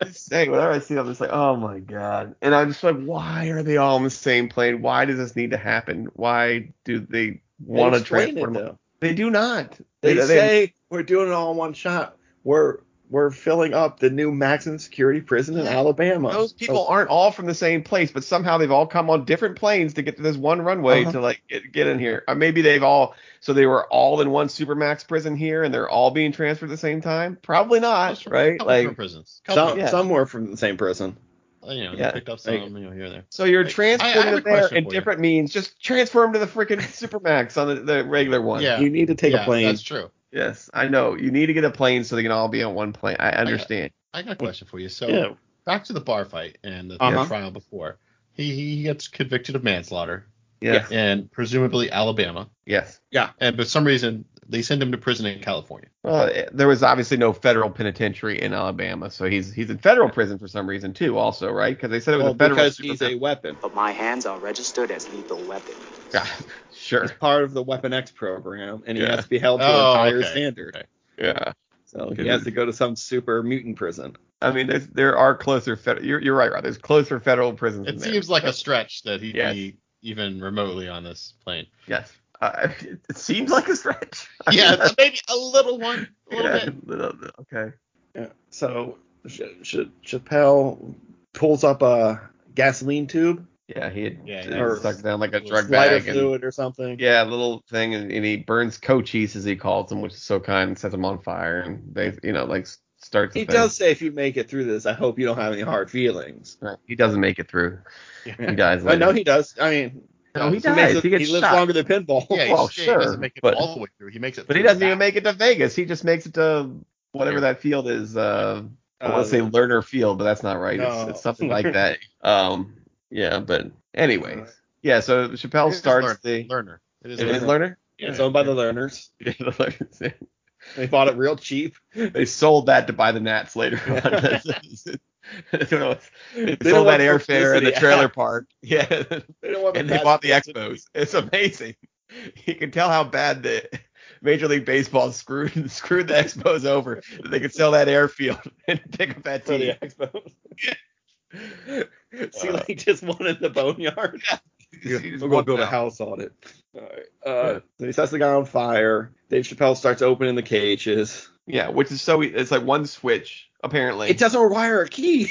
just saying. Whenever I see them, it's like, oh my god. And I'm just like, why are they all on the same plane? Why does this need to happen? Why do they want to Explain it, transport them? though. They do not. They say we're doing it all in one shot. We're we're filling up the new maximum security prison in Alabama. those people aren't all from the same place, but somehow they've all come on different planes to get to this one runway Uh-huh. to like get, get in here. Or maybe they've all so they were all in one supermax prison here and they're all being transferred at the same time. Probably not, right? Couple Like different prisons. Couple, some, yeah. some were from the same prison. you know, yeah, you picked up some like- you know, here or there. So you're Like, I- I transporting have a them there question in for you. different means. Just transfer them to the freaking Supermax on the, the regular one. Yeah. You need to take yeah, a plane. That's true. Yes, I know. You need to get a plane so they can all be on one plane. I understand. I got a question for you. So Yeah. back to the bar fight and the, the Uh-huh. trial before. He, he gets convicted of manslaughter Yes. and presumably Alabama. Yes. And for some reason, they send him to prison in California. Well, eh, there was obviously no federal penitentiary in Alabama, so he's he's in federal prison for some reason too. Also, right? Because they said it was Well, a federal. because he's supermax. a weapon. but my hands are registered as lethal weapon. God, He's sure. part of the Weapon X program, and he Yeah. has to be held to Oh, a higher okay. standard. Okay. Yeah. So Okay. he has to go to some super mutant prison. I mean, there's, there are closer. Fed- you're, you're right, Rod. There's closer federal prisons. in It there. seems like a stretch that he'd Yes. be even remotely on this plane. yes. Uh, it seems like a stretch. I mean, yeah, maybe a little one. A little yeah, bit. little- Okay. Yeah. So Ch- Ch- Chappelle pulls up a gasoline tube Yeah, he had Yeah, he yeah. was stuck down like a Little drug lighter bag. And, fluid or something. yeah, a little thing, and, and he burns Cochise as he calls him, which is so kind, and sets him on fire, and they, you know, like s- starts. the He thing. does say, if you make it through this, I hope you don't have any hard feelings. Right, He doesn't make it through. Yeah. Oh, He dies. I Later. know he does. I mean, No, he makes dies. it- He gets lives shot. longer than pinball. Yeah, he- Well, yeah, he sure, doesn't make it but- all the way through. He makes it But he through doesn't the even back. make it to Vegas. He just makes it to whatever that field is. Uh, Um, I want to say Lerner Field, but that's not right. It's, No. it's something like that. Um, yeah, but anyways, yeah. So Chappelle It is starts Lerner. the. Lerner. It is It is Lerner. Lerner. It's owned by the learners. Yeah, the Lerner. They bought it real cheap. they sold that to buy the Nats later on. I don't know. They, don't sold that want airfare and publicity. the trailer park. Yeah. They don't want and they bought the Expos. It's amazing. You can tell how bad the Major League Baseball screwed screwed the Expos over. that They could sell that airfield and pick up that for team. the Expos. See, like just one in the boneyard. You just We're gonna walk build a out. house on it. Alright, Uh, so he sets the guy on fire. Dave Chappelle starts opening the cages. Yeah, which is so e, it's like one switch apparently. It doesn't require a key.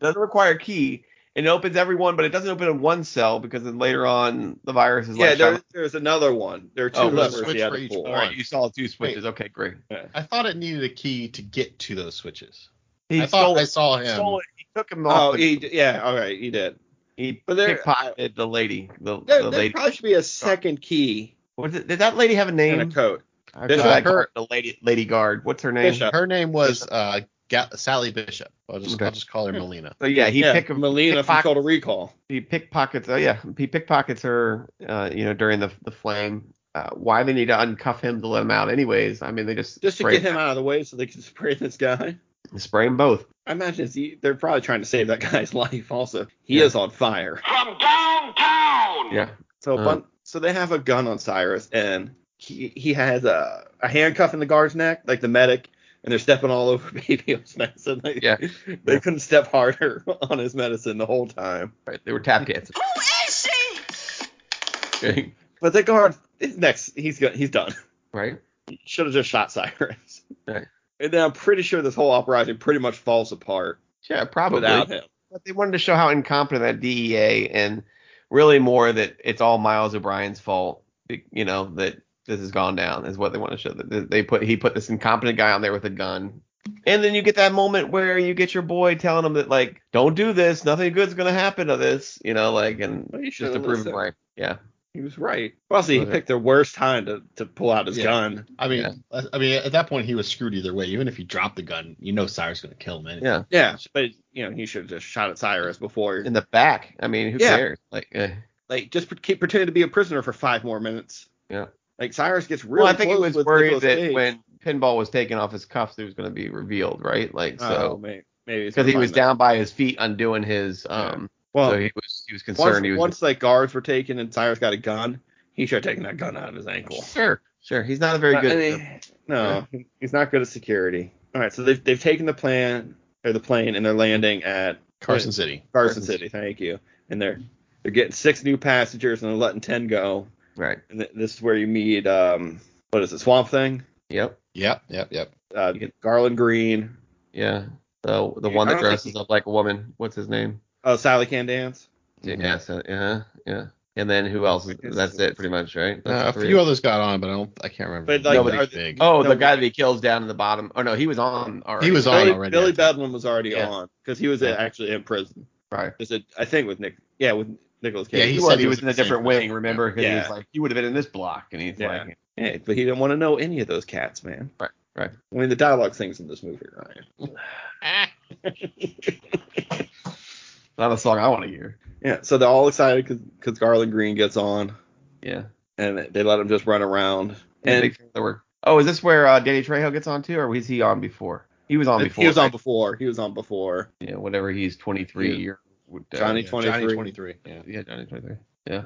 doesn't require a key. and It opens every one, but it doesn't open in one cell because then later on the virus is yeah, like. there, there's another one. There are two Oh, there's a levers switch he had for to each pull. all right, you saw two switches. Wait. Okay, great. I thought it needed a key to get to those switches. He I thought stole, I saw he him. stole it. He took him Oh, off. he, the, d- yeah, all right, he did. he but there- pickpocketed the lady. The, There, the there lady. probably should be a second key Was it, did that lady have a and a name? code. I Bishop. forgot I Her- called her the lady lady guard. What's her name? Bishop. Her name was uh, Ga- Sally Bishop. I'll just, Okay. I'll just call her Melina. So yeah, he yeah, pick Melina from pickpock- Total Recall. he pickpockets. Oh yeah, he pickpockets her. Uh, you know, during the the flame. Uh, why they need to uncuff him to let him out? Anyways, I mean they just Just to spray, get him out of the way so they can spray this guy. Spray him both. I imagine it's, e- they're probably trying to save that guy's life also. He Yeah. is on fire. From downtown. Yeah. So a Uh. bun- so they have a gun on Cyrus, and he he has a, a handcuff in the guard's neck, like the medic, and they're stepping all over baby O's medicine. They, Yeah. they couldn't step harder on his medicine the whole time. Right. They were tap dancing. Who is she? Okay. But the guard his next he's go, he's done. right? Should have just shot Cyrus. Right. And then I'm pretty sure this whole uprising pretty much falls apart Yeah, probably. without him. But they wanted to show how incompetent that DEA and really more that it's all Miles O'Brien's fault. You know that this has gone down is what they want to show. That they put he put this incompetent guy on there with a gun. And then you get that moment where you get your boy telling him that like, don't do this, nothing good's gonna happen to this, you know, like, and Well, you just should've to prove listened. him right. Yeah, He was right. Well, see, he Okay. picked the worst time to, to pull out his Yeah. gun. I mean, Yeah. I- I mean, at that point he was screwed either way. Even if he dropped the gun, you know Cyrus gonna kill him. Anyway. yeah. Yeah, but you know he should have just shot at Cyrus before. In the back, I mean, who Yeah. cares? Like, eh. like just pre- keep pretending to be a prisoner for five more minutes. Yeah. Like Cyrus gets really. well, I think he close was with worried Nicolas that Cage. when Pinball was taken off his cuffs, it was gonna be revealed, right? Like, so. oh, may- maybe it's because he gonna was find that. down by his feet undoing his um Well, so he was he was concerned once, he was once like guards were taken and Cyrus got a gun, he should have taken that gun out of his ankle. sure sure he's not a very Uh, good and he- no, he's not good at security. All right, so they've they've taken the plan or the plane and they're landing at Carson City. Carson Carson City. Thank you. And they're they're getting six new passengers and they're letting ten go. right And th- this is where you meet um what is it Swamp Thing, yep Yep, yep, yep. uh, You get- Garland Green, yeah so the Yeah, one I that don't think dresses he- up like a woman what's his name oh Sally Can Dance. yeah so, yeah yeah and then who else is- It's- that's it pretty much right Uh, That's the a three. few others got on, but I don't. I can't remember. But, like, Nobody's are the- big. oh No, the but- guy that he kills down in the bottom oh no he was on already. He was on Billy, already. Billy I think. Bedlam was already Yeah. on because he was uh, actually in prison. right Is it- I think with Nick. Yeah, with Nicholas Cage. Yeah, he, he was said he he was was in a the same different person. wing remember because he Yeah. was like he would have been in this block and he's Yeah. like Yeah, but he didn't want to know any of those cats, man. Right, right. I mean, the dialogue things in this movie, Ryan. not a song I want to hear Yeah, so they're all excited because Garland Green gets on, yeah and they let him just run around. And And they were- oh, is this where uh, Danny Trejo gets on too, or was he on before? He was on before. he was on right? before. He was on before. Yeah, whenever he's 23 year. would, uh, Johnny Yeah, Johnny 23. 23. Yeah. Yeah, Johnny 23. Yeah.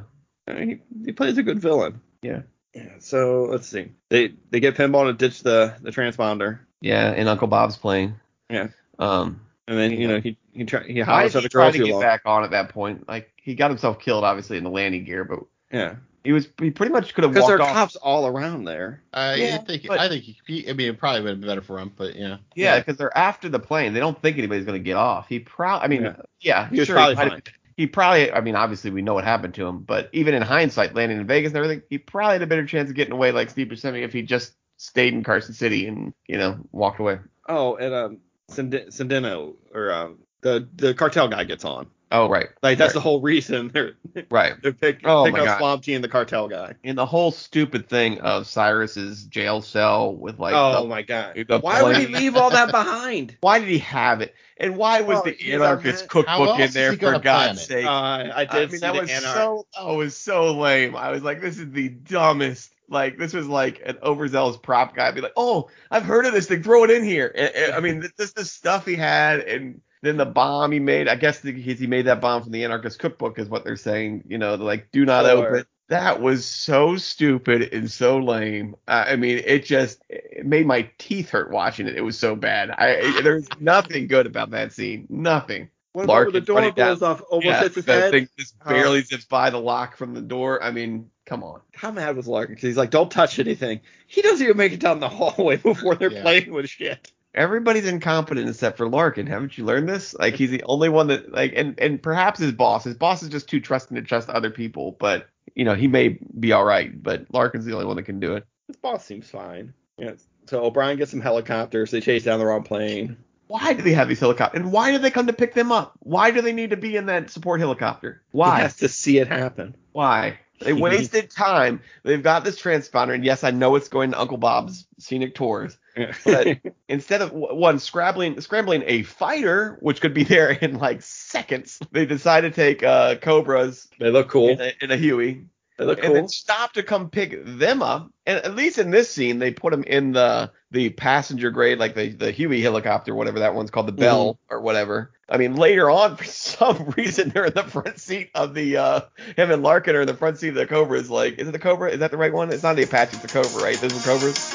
I mean, he, he plays a good villain. Yeah. Yeah. So let's see. They they get pinball to ditch the the transponder, Yeah, and Uncle Bob's playing. Yeah. Um. and then you know he he try, he Why hollers did at he the try girl to too get long. back on at that point? Like he got himself killed, obviously, in the landing gear, but Yeah, he was he pretty much could have because there walked are off. cops all around there. I Yeah, think but- I think he, he. I mean, it probably would have been better for him, but yeah. yeah, because they're after the plane. They don't think anybody's gonna get off. He probably. I mean, Yeah. yeah, He was sure, probably might have- fine. he probably I mean obviously we know what happened to him, but even in hindsight, landing in Vegas and everything, he probably had a better chance of getting away like Steve Buscemi if he just stayed in Carson City and you know walked away. Oh, and um, Send- Sendino or um, the the cartel guy gets on. Oh right, Like that's the whole reason they're right. they're pick, Oh, pick my up God. Swamp T and the cartel guy. And the whole stupid thing of Cyrus's jail cell with like oh the- my god! the Why would he plane. leave all that behind? why did he have it? And why was Oh, the he's a anarchist man. How cookbook else in is there he for gonna God's plan sake? Uh, I I did see mean, that the was anarch- so oh, it was so lame. I was like, this is the dumbest. Like, this was like an overzealous prop guy. Be like, oh, I've heard of this thing. Throw it in here. And- and- I mean, this the stuff he had, and then the bomb he made. I guess because he made that bomb from the Anarchist Cookbook is what they're saying. You know, like, do not Sure. open. That was so stupid and so lame. I I mean, it just it made my teeth hurt watching it. It was so bad. I there was nothing good about that scene. Nothing. What about when the Larkin door running blows off, almost hits his head? thing just Oh. barely zips by the lock from the door. I mean, come on. How mad was Larkin? Because he's like, "Don't touch anything." He doesn't even make it down the hallway before they're Yeah. playing with shit. Everybody's incompetent except for Larkin. Haven't you learned this? Like he's the only one that like, and and perhaps his boss. His boss is just too trusting to trust other people. But you know he may be all right. But Larkin's the only one that can do it. His boss seems fine. Yeah. So O'Brien gets some helicopters. They chase down the wrong plane. Why do they have these helicopters? And why do they come to pick them up? Why do they need to be in that support helicopter? Why? He has to see it happen. Why? They wasted time. They've got this transponder, and yes, I know it's going to Uncle Bob's scenic tours, But- instead of w- one scrambling scrambling a fighter which could be there in like seconds they decided to take uh cobras they look cool. in, a, in a huey They look and cool. then stop to come pick them up and at least in this scene they put them in the the passenger grade like the the huey helicopter whatever that one's called Mm-hmm. the bell or whatever i mean later on for some reason they're in the front seat of the uh him and larkin are in the front seat of the cobras like is it the cobra is that the right one it's not the apache it's the cobra right those are cobras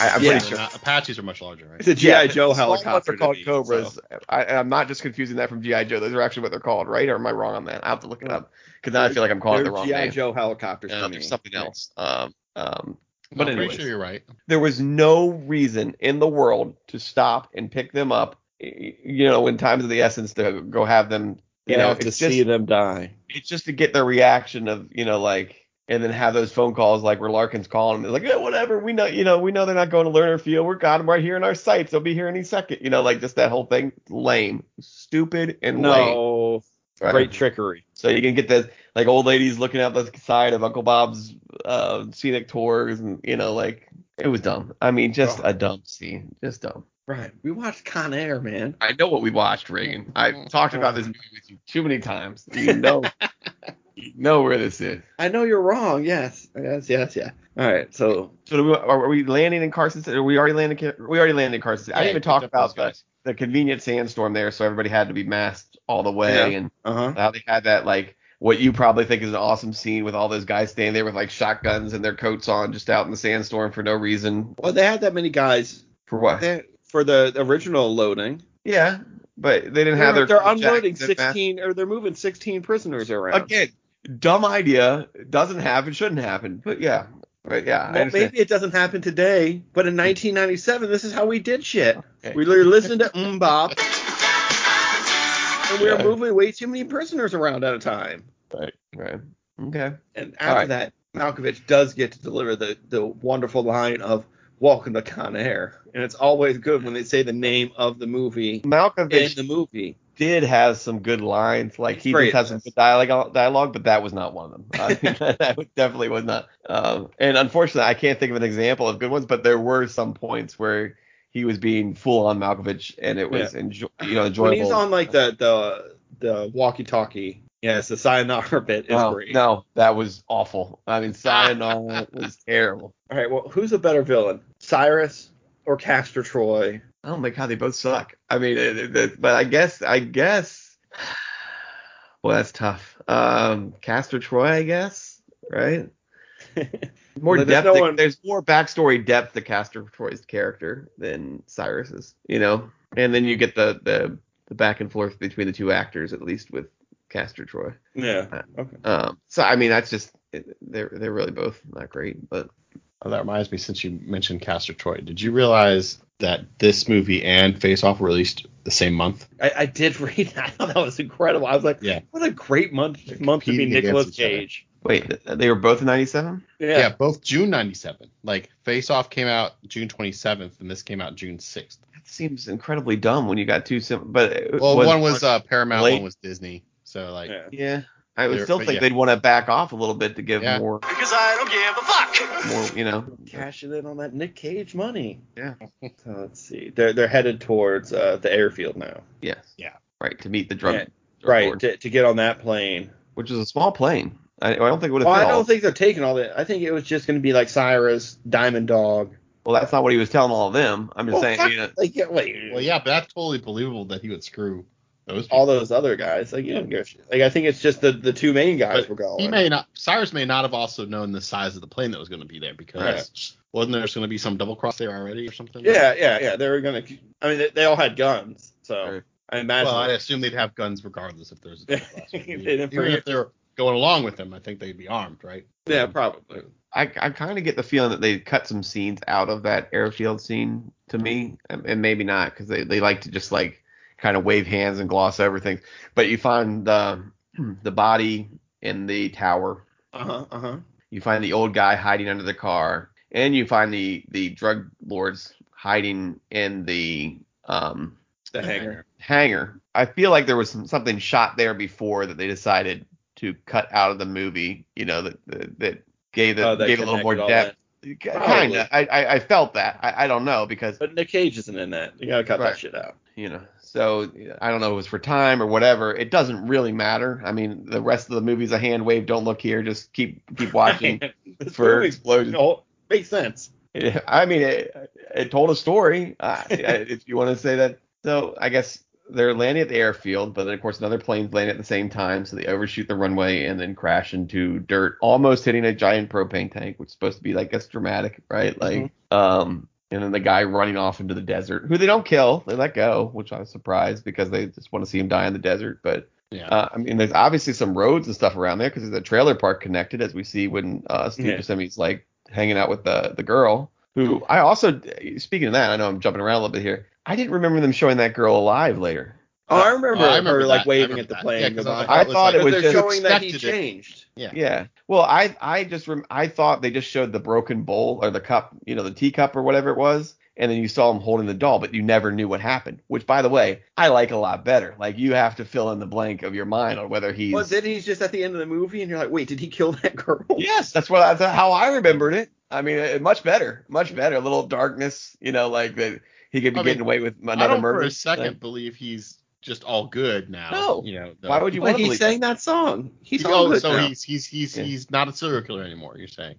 I I, I'm Yeah. pretty sure. Not- uh, Apaches are much larger, right? It's a GI Yeah, Joe small ones helicopter. are called to me, Cobras. so. I, I'm not just confusing that from GI Joe. Those are actually what they're called, right? Or am I wrong on that? I will have to look it up because now I feel like I'm calling it They're the wrong GI name. Joe helicopters. to Uh, there's me. something else. Um, um, No, but I'm anyways, pretty sure you're right. there was no reason in the world to stop and pick them up. y- You know, in times of the essence, to go have them. You You know, have to it's see just them die. it's just to get their reaction of you know like. And then have those phone calls like where Larkin's calling them. It's like, yeah, whatever. We know, you know, we know they're not going to Learner Field. We're got them right here in our sights. They'll be here any second. You know, like just that whole thing. Lame, stupid, and lame. No, Right? great trickery. So you can get the like old ladies looking out the side of Uncle Bob's uh, scenic tours, and you know, like it was dumb. I mean, just a dumb scene, just dumb. Right. We watched Con Air, man. I know what we watched, Reagan. I've talked about this movie with you too many times. You know, you know where this is. I know you're wrong. Yes. Yes. Yes. Yeah. All right. So So do we, are we landing in Carson City? Are we already landing? We already landed in Carson City. I Yeah, didn't even you talk picked up about those the, guys. the convenient sandstorm there, so everybody had to be masked all the way, Yeah. and uh huh. how they had that like what you probably think is an awesome scene with all those guys standing there with like shotguns and their coats on just out in the sandstorm for no reason Well, they had that many guys for what they, for the original loading. yeah but they didn't They're, have their they're jackets unloading and masks. 16 or they're moving 16 prisoners around. again dumb idea doesn't happen shouldn't happen but yeah but yeah I Well, understand. Hmm. maybe it doesn't happen today, but in 1997, this is how we did shit. Okay. We were listening to Mbop, and we were Yeah. moving way too many prisoners around at a time. right right okay And All after right. that, Malkovich does get to deliver the, the wonderful line of "Welcome to Con Air," and it's always good when they say the name of the movie in Malkovich the movie. did has some good lines like he Great. did have some good dialogue dialogue but that was not one of them I mean, that was- definitely was not um, and unfortunately i can't think of an example of good ones but there were some points where he was being full on malkovich and it was enjo- you know enjoyable When he's on like the the the walkie-talkie, yes, the sayonara bit is Oh, no, great. no that was awful i mean sayonara was terrible All right, well, who's a better villain, Cyrus or Castor Troy? i don't like how they both suck i mean it, it- it- but i guess i guess well that's tough um castor troy i guess right more Like, there's depth. no to- one- there's more backstory depth to Castor Troy's character than Cyrus's, you know. And then you get the the, the back and forth between the two actors, at least with Castor Troy. yeah. Um, so I mean, that's just they're they're really both not great, but Oh, that reminds me, since you mentioned Castor Troy, did you realize that this movie and Face Off were released the same month? I, I did read that. I thought that was incredible. I was like, Yeah. what a great month month to be competing against Nicolas each other. Cage. wait, th- they were both in '97. Yeah, both June 97. Like, Face Off came out June 27th, and this came out June 6th. That seems incredibly dumb when you got two sim. But it Well, one was uh, Paramount, late. one was Disney. So, like, Yeah. yeah. I would They're- still but think yeah. they'd want to back off a little bit to give Yeah. more, Because I don't give a fuck. more, you know. Cashing in on that Nick Cage money. Yeah. So let's see. They're they're headed towards uh, the airfield now. Yes. Yeah. Right to meet the drug. Yeah, drug Right. lord. To, to get on that plane. which is a small plane. I, I don't think it would have. Well, I fit all- don't think they're taking all that. I think it was just going to be like Cyrus, Diamond Dog. Well, that's not what he was telling all of them. I'm just Well, saying, fuck, you know, Like, yeah, wait. well, yeah, but that's totally believable that he would screw those people. All those other guys. Like, you don't give a shit. Like, I think it's just the, the two main guys But were going. He may not. Cyrus may not have also known the size of the plane that was going to be there because wasn't there going to be some double cross there already or something? yeah, yeah, yeah. They were going to. I mean, they, they all had guns. So Right. I imagine. Well, I'd assume they'd have guns regardless if there's a double cross. They didn't Even forget- if they're going along with them, I think they'd be armed, right? yeah, probably. I, I kind of get the feeling that they cut some scenes out of that airfield scene to me, and, and maybe not because they, they like to just like kind of wave hands and gloss over things. But you find the the body in the tower, Uh huh. Uh huh. you find the old guy hiding under the car, and you find the the drug lords hiding in the um The hanger. Hanger. I feel like there was some, something shot there before that they decided to cut out of the movie. You know that that, that gave the, Oh, that gave it a little more connected all depth. Kind Probably. of. I, I I felt that. I, I don't know because But Nick Cage isn't in that. You gotta cut Right. that shit out. you know. So I don't know. if It was for time or whatever. It doesn't really matter. I mean, the rest of the movie's a hand wave. Don't look here. Just keep keep watching This for movie's- explosions. no, makes sense. Yeah, I mean, it, it told a story. Uh, if you want to say that, so I guess they're landing at the airfield, but then of course another plane's landing at the same time, so they overshoot the runway and then crash into dirt, almost hitting a giant propane tank, which is supposed to be like guess dramatic, right? Like, um, and then the guy running off into the desert, who they don't kill, they let go, which I was surprised because they just want to see him die in the desert. But Yeah. uh, I mean, there's obviously some roads and stuff around there because there's a trailer park connected, as we see when uh, Steve Yeah. Buscemi's like hanging out with the the girl. Who I also speaking of that, I know I'm jumping around a little bit here. I didn't remember them showing that girl alive later. Oh, I remember, Oh, I her remember like that. waving I at the remember plane. that. Yeah, 'cause I goodbye. I thought like- it but was they're just- showing that he expected it. changed. Yeah. Well, I I just rem- I thought they just showed the broken bowl or the cup, you know, the teacup or whatever it was, and then you saw him holding the doll, but you never knew what happened. Which, by the way, I like a lot better. Like you have to fill in the blank of your mind on whether he's. Well, then he's just at the end of the movie, and you're like, wait, did he kill that girl? Yes, that's what that's how I remembered it. I mean, it, much better, much better. A little darkness, you know, like that he could be I mean, getting away with another I don't murder. for a second Like, believe he's just all good now. No. You know. though. why would you But want to he believe? sang that song. He's He- all oh, good so now. He's, he's he's he's Yeah. he's not a serial killer anymore. You're saying?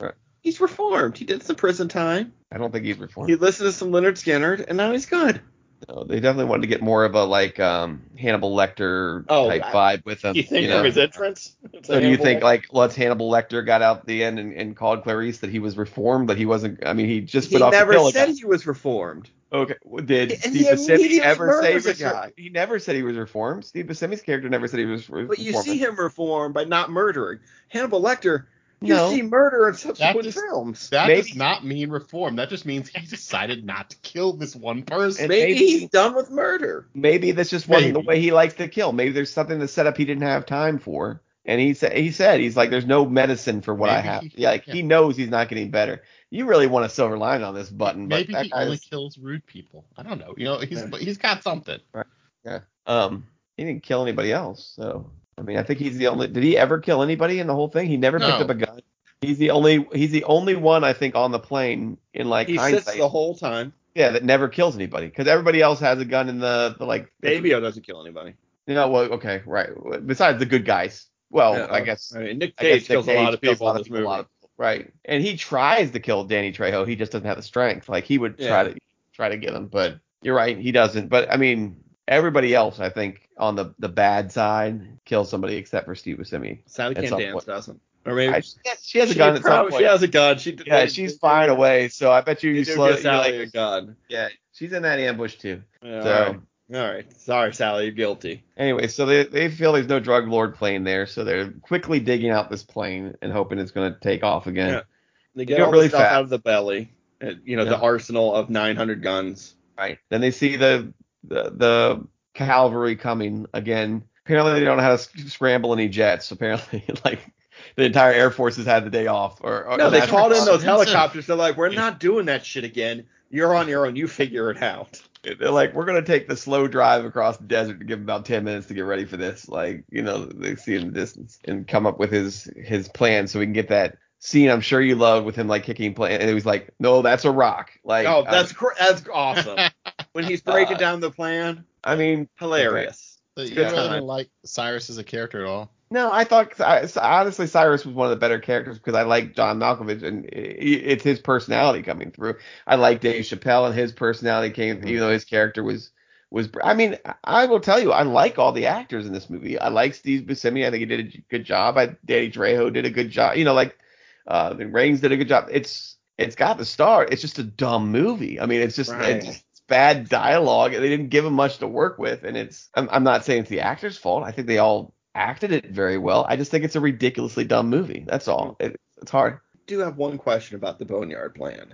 reformed. He did some prison time. I don't think he's reformed. He listened to some Leonard Skinner, and now he's good. No, they definitely wanted to get more of a like um Hannibal Lecter Oh, type I- vibe with him. know? entrance? So do you think like let's Hannibal Lecter got out the end and, and called Clarice that he was reformed, that he wasn't I mean he just he put off the never pill said again. he was reformed? Okay. well, Did And Steve he Buscemi immediately ever say he murders was her. re- he never said he was reformed. Steve Buscemi's character never said he was re- reformed. But you see him reformed by not murdering. Hannibal Lecter, you No. see murder in subsequent just- films. That Maybe- does not mean reform. That just means he decided not to kill this one person. And maybe, maybe- he's done with murder. Maybe this just wasn't the Maybe. way he liked to kill. Maybe there's something in the setup he didn't have time for. And he said he said he's like there's no medicine for what I Maybe have. he- Yeah, like yeah. he knows he's not getting better. You really want a silver line on this button, but Maybe that he guy's- only kills rude people. I don't know. You know, he's but he's got something. Um, he didn't kill anybody else. So I mean, I think he's the only. Did he ever kill anybody in the whole thing? He never picked No. up a gun. He's the only. He's the only one I think on the plane in like He sits hindsight. the whole time. yeah, that never kills anybody because everybody else has a gun in the, the like. Baby O doesn't kill anybody. You know, well, okay, right. Besides the good guys. Well, Yeah, Oh, uh, I guess. I mean, Nick I guess Cage kills Nick a lot of Cage kills people in this people, a movie. lot of people, Right, and he tries to kill Danny Trejo. He just doesn't have the strength. Like he would Yeah. try to try to get him, but you're right, he doesn't. But I mean, everybody else, I think, on the the bad side, kills somebody except for Steve Buscemi. Sally At can't some dance, point. doesn't. Or maybe I, she, has- she has a She gun at some probably- point. She has a gun. She yeah, she's firing away. So I bet you You you do slow. give you're like, Sally a gun. yeah, she's in that ambush too. Yeah, so. all right. All right. Sorry, Sally, you're guilty. Anyway, so they, they feel there's no drug lord plane there, so they're quickly digging out this plane and hoping it's going to take off again. Yeah. They get do it all the really stuff fast. out of the belly. uh, You know, Yeah. the arsenal of 900 guns. Right. Then they see the the, the cavalry coming again. Apparently they don't know how to s- scramble any jets. Apparently, like the entire air force has had the day off. Or, or No, they Oh, that's- called in those expensive. helicopters. They're like, we're not doing that shit again. You're on your own. You figure it out. They're like, we're gonna take the slow drive across the desert to give him about ten minutes to get ready for this. Like, you know, they see it in the distance and come up with his his plan so we can get that scene I'm sure you love with him like kicking plant. And it was like, no, that's a rock. Like, Oh, I- that's cr- that's awesome. when he's Uh, breaking down the plan, I, mean, hilarious. So you good really time. didn't like Cyrus as a character at all. no, I thought I, honestly Cyrus was one of the better characters because I like John Malkovich and i it's his personality coming through. I like Dave Chappelle and his personality came, Mm-hmm. you know, his character was was I mean, I will tell you, I like all the actors in this movie. I like Steve Buscemi. I think he did a good job. I Danny Trejo did a good job. You know, like uh the Reigns did a good job. It's it's got the star. It's just a dumb movie. I mean, it's just Right. it's, it's bad dialogue. They didn't give him much to work with, and it's I'm, I'm not saying it's the actor's fault. I think they all acted it very well. I just think it's a ridiculously dumb movie. That's all. It, it's hard. Oh, I do have one question about the boneyard plan.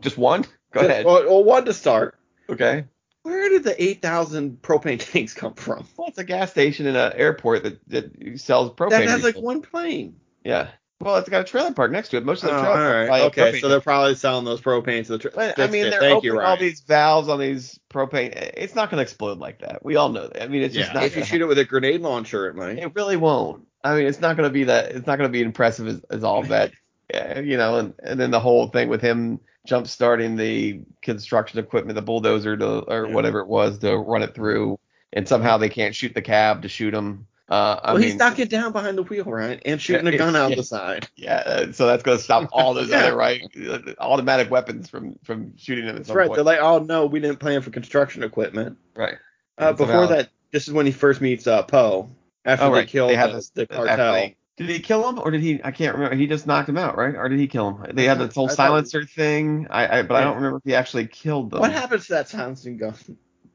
just one. Go Just- ahead. Well, well, one to start. Okay. Where did the 8,000 propane tanks come from? Well, it's a gas station in an airport that, that sells propane. That has like diesel. one plane. Yeah. Well, it's got a trailer park next to it. Most of Oh, the all trailer right. parks buy Okay. propane. So they're probably selling those propane to the. Tr- But, I That's mean, it. they're Thank opening you, all Ryan. these valves on these propane. It's not going to explode like that. We all know that. I mean, it's just Yeah. not. if you gonna shoot it with a grenade launcher, it might. It really won't. I mean, it's not going to be that. It's not going to be impressive as, as all that, uh, you know. And, and then the whole thing with him jump starting the construction equipment, the bulldozer to or Yeah. whatever it was to run it through, and somehow they can't shoot the cab to shoot him. Uh, I well, mean, he's knocking down behind the wheel, Ryan, and shooting Yeah, a gun out yeah. the side. yeah. uh, So that's going to stop all those Yeah. other right uh, automatic weapons from from shooting him at That's some right. They're point. like, oh no, we didn't plan for construction equipment. right. Uh, It's a before valid- that, this is when he first meets uh, Poe after Oh, they right. kill They have the, this- the after cartel. they- Did he kill him, or did he? I can't remember. He just knocked him out, right? Or did he kill him? They had this whole I thought- silencer thing. I, I but I don't remember if he actually killed them. What happens to that silencing gun?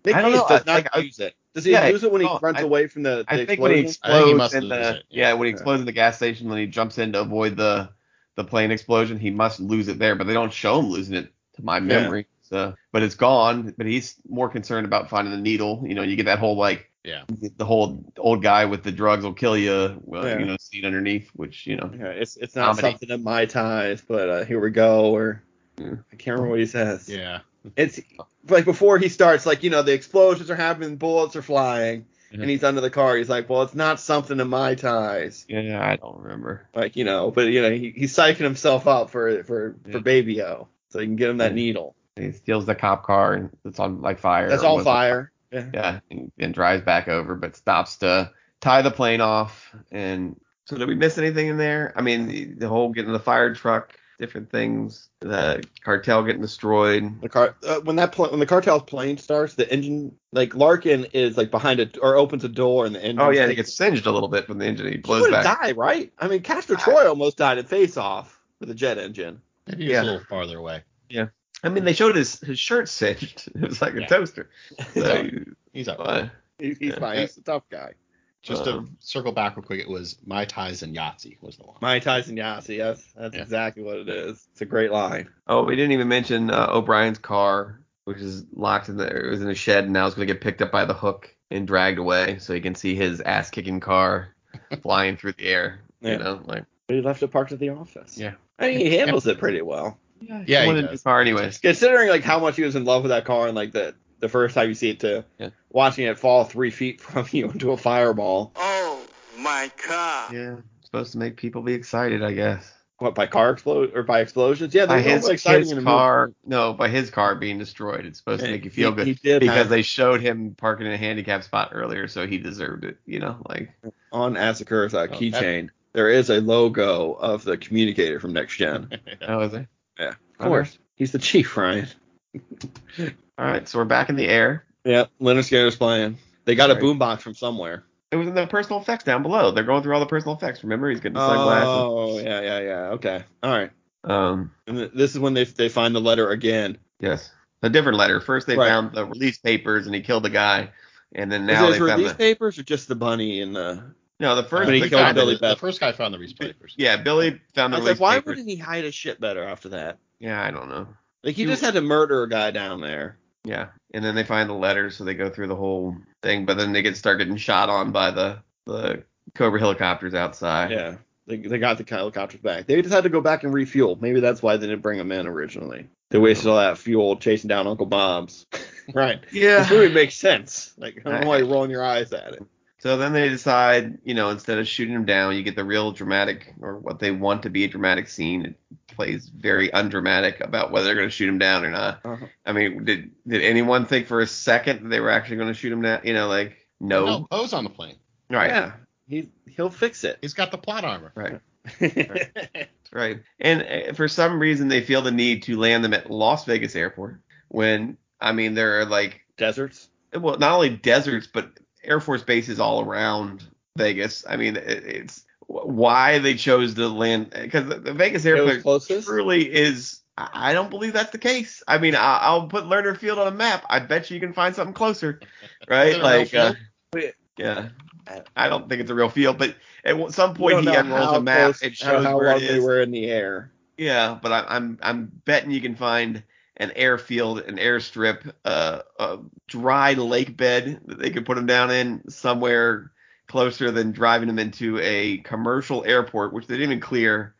Nick I don't Cage know. does I- not like, I- use it. Does he Yeah, lose it when he oh, runs I- away from the? I the think when he explosion? I think he explodes must in lose the it, yeah. yeah. when he explodes in the gas station when he jumps in to avoid the the plane explosion, he must lose it there. But they don't show him losing it to my memory. So, but it's gone. But he's more concerned about finding the needle. You know, you get that whole like Yeah. the whole old guy with the drugs will kill you. Well, Yeah. you know, scene underneath, which you know. Yeah, it's it's not Comedy. something in my ties, but uh, here we go. Or Yeah. I can't remember what he says. Yeah. It's like before he starts, like you know, the explosions are happening, bullets are flying, Mhm. Mm-hmm. and he's under the car. He's like, well, it's not something in my ties. Yeah, I don't remember. Like you know, but you know, he, he's psyching himself up for for Yeah. for Baby O, so he can get him that Yeah. needle. He steals the cop car and it's on like fire. That's or all was on fire. Yeah. yeah, and, and drives back over, but stops to tie the plane off. And so, did we miss anything in there? I mean, the, the whole getting the fire truck, different things, the cartel getting destroyed. The car uh, when that pl- when the cartel's plane starts, the engine like Larkin is like behind a or opens a door and the engine. Oh yeah, he gets singed a little bit from the engine. He blows would back. die, right? I mean, Castro Troy almost died in Face Off with a jet engine. Maybe he Yeah. was a little farther away. I mean, they showed his his shirt singed. It was like a Yeah. toaster. So, uh, He's up. but, He's, he's Yeah. fine. He's a tough guy. Just to um, circle back real quick, it was My Ties and Yahtzee was the one. My Tyson Yassi. Yes, that's Yeah. exactly what it is. It's a great line. oh, we didn't even mention uh, O'Brien's car, which is locked in there. It was in a shed, and now it's gonna get picked up by the hook and dragged away, so you can see his ass kicking car flying through the air. Yeah. You know, like. But he left it parked at the office. Yeah. I mean, he handles it pretty well. Yeah, he wanted does. the car anyways. Considering like how much he was in love with that car and like the the first time you see it to Yeah. watching it fall three feet from you into a fireball. Oh my god. Yeah, supposed to make people be excited, I guess. What by car explode or by explosions? Yeah, By there's his, no exciting his in a movie. car, no, by his car being destroyed, it's supposed to And make you feel he- good he did because have- they showed him parking in a handicap spot earlier, so he deserved it. You know, like on Asakura's uh, Oh, keychain, there is a logo of the communicator from Next Gen. oh, is it? Yeah, Of course. He's the chief, Ryan. All right, so we're back in the air. Yeah, Leonard Skinner's playing. They got Right. a boombox from somewhere. It was in the personal effects down below. They're going through all the personal effects. Remember, he's getting the sunglasses. Oh, yeah, yeah, yeah. Okay. All right. Um, And th- this is when they, they find the letter again. yes, a different letter. First they Right. found the release papers, and he killed the guy, and then Is now it they his found release the, papers or just the bunny and the. no the first But he the killed guy- Billy the Beth. first guy found the respapers. Yeah, Billy found I the was release like, why papers. wouldn't he hide his shit better after that? Yeah, I don't know. Like, he just had to murder a guy down there. Yeah, and then they find the letters, so they go through the whole thing, but then they get start getting shot on by the the Cobra helicopters outside. Yeah. They, they got the helicopters back. They just had to go back and refuel. Maybe that's why they didn't bring him in originally. They wasted all that fuel chasing down Uncle Bob's. right. This yeah. movie makes sense. Like, I don't know why you're rolling your eyes at it. So then they decide, you know, instead of shooting him down, you get the real dramatic or what they want to be a dramatic scene. It plays very undramatic about whether they're going to shoot him down or not. Uh-huh. I mean, did did anyone think for a second that they were actually going to shoot him down? You know, like no, No, Poe's on the plane. right? Yeah. He he'll fix it. He's got the plot armor. Right. Right. Right. And uh, for some reason, they feel the need to land them at Las Vegas airport when, I mean, there are like, Deserts. well, not only deserts, but Air Force bases all around Vegas. I mean, it, it's wh- why they chose to land because the, the Vegas It was airport closest. truly is. I I don't believe that's the case. I mean, I, I'll put Lerner Field on a map. I bet you you can find something closer, right? Is it a real like, uh, field? yeah. I don't think it's a real field, but at some We don't point he know unrolls how a map. close- It how- shows how where long it they is. were in the air. Yeah, but I, I'm I'm betting you can find an airfield, an airstrip, uh, a dry lake bed that they could put them down in somewhere closer than driving them into a commercial airport, which they didn't even clear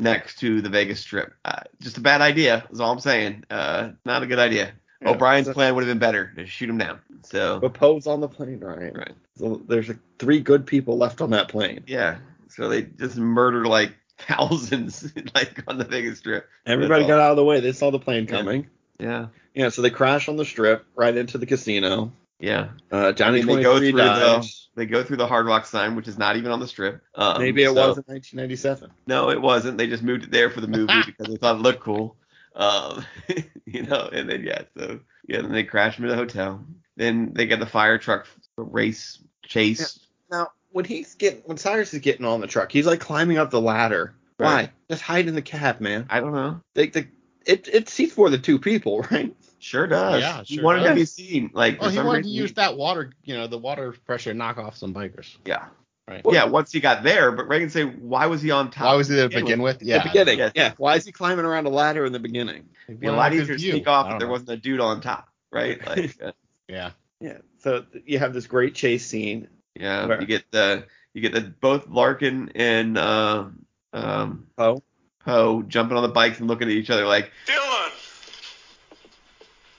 next to the Vegas Strip. Uh, just a bad idea is all I'm saying. Uh, not a good idea. Yeah, O'Brien's so- plan would have been better to shoot him down. So But Poe's on the plane, Ryan. Right. So there's like, three good people left on that plane. yeah, so they just murdered like thousands like on the Vegas Strip. Everybody all. got out of the way. They saw the plane Yeah. coming. Yeah, Yeah. so they crash on the strip right into the casino. yeah. Uh, Johnny And they go 23 through the- dies. They go through the Hard Rock sign, which is not even on the strip. Um, Maybe it so- was in 1997. No, it wasn't. They just moved it there for the movie because they thought it looked cool. Um, you know, and then yeah, so yeah, then they crash into the hotel. Then they get the fire truck race chase. Now, when he's getting when Cyrus is getting on the truck, he's like climbing up the ladder. Why? Right. Just hide in the cab, man. I don't know. Like the it it seats more than two people, right? Sure does. Yeah, he sure wanted to does. be seen. Like for Well, Oh, he some wanted to reason- use that water, you know, the water pressure to knock off some bikers. Yeah. Right. yeah. Once he got there, but Reagan say, why was he on top? Why was he there to Begin begin with? Yeah. At the beginning. yes. Yeah. Why is he climbing around a ladder in the beginning? It'd It'd be be a on lot his easier to view. sneak I off don't if there know. wasn't a dude on top, right? Like, uh, Yeah. Yeah. So th- you have this great chase scene. yeah, Right. you get the you get the both Larkin and uh, um, Oh. Poe jumping on the bikes and looking at each other like, Dylan!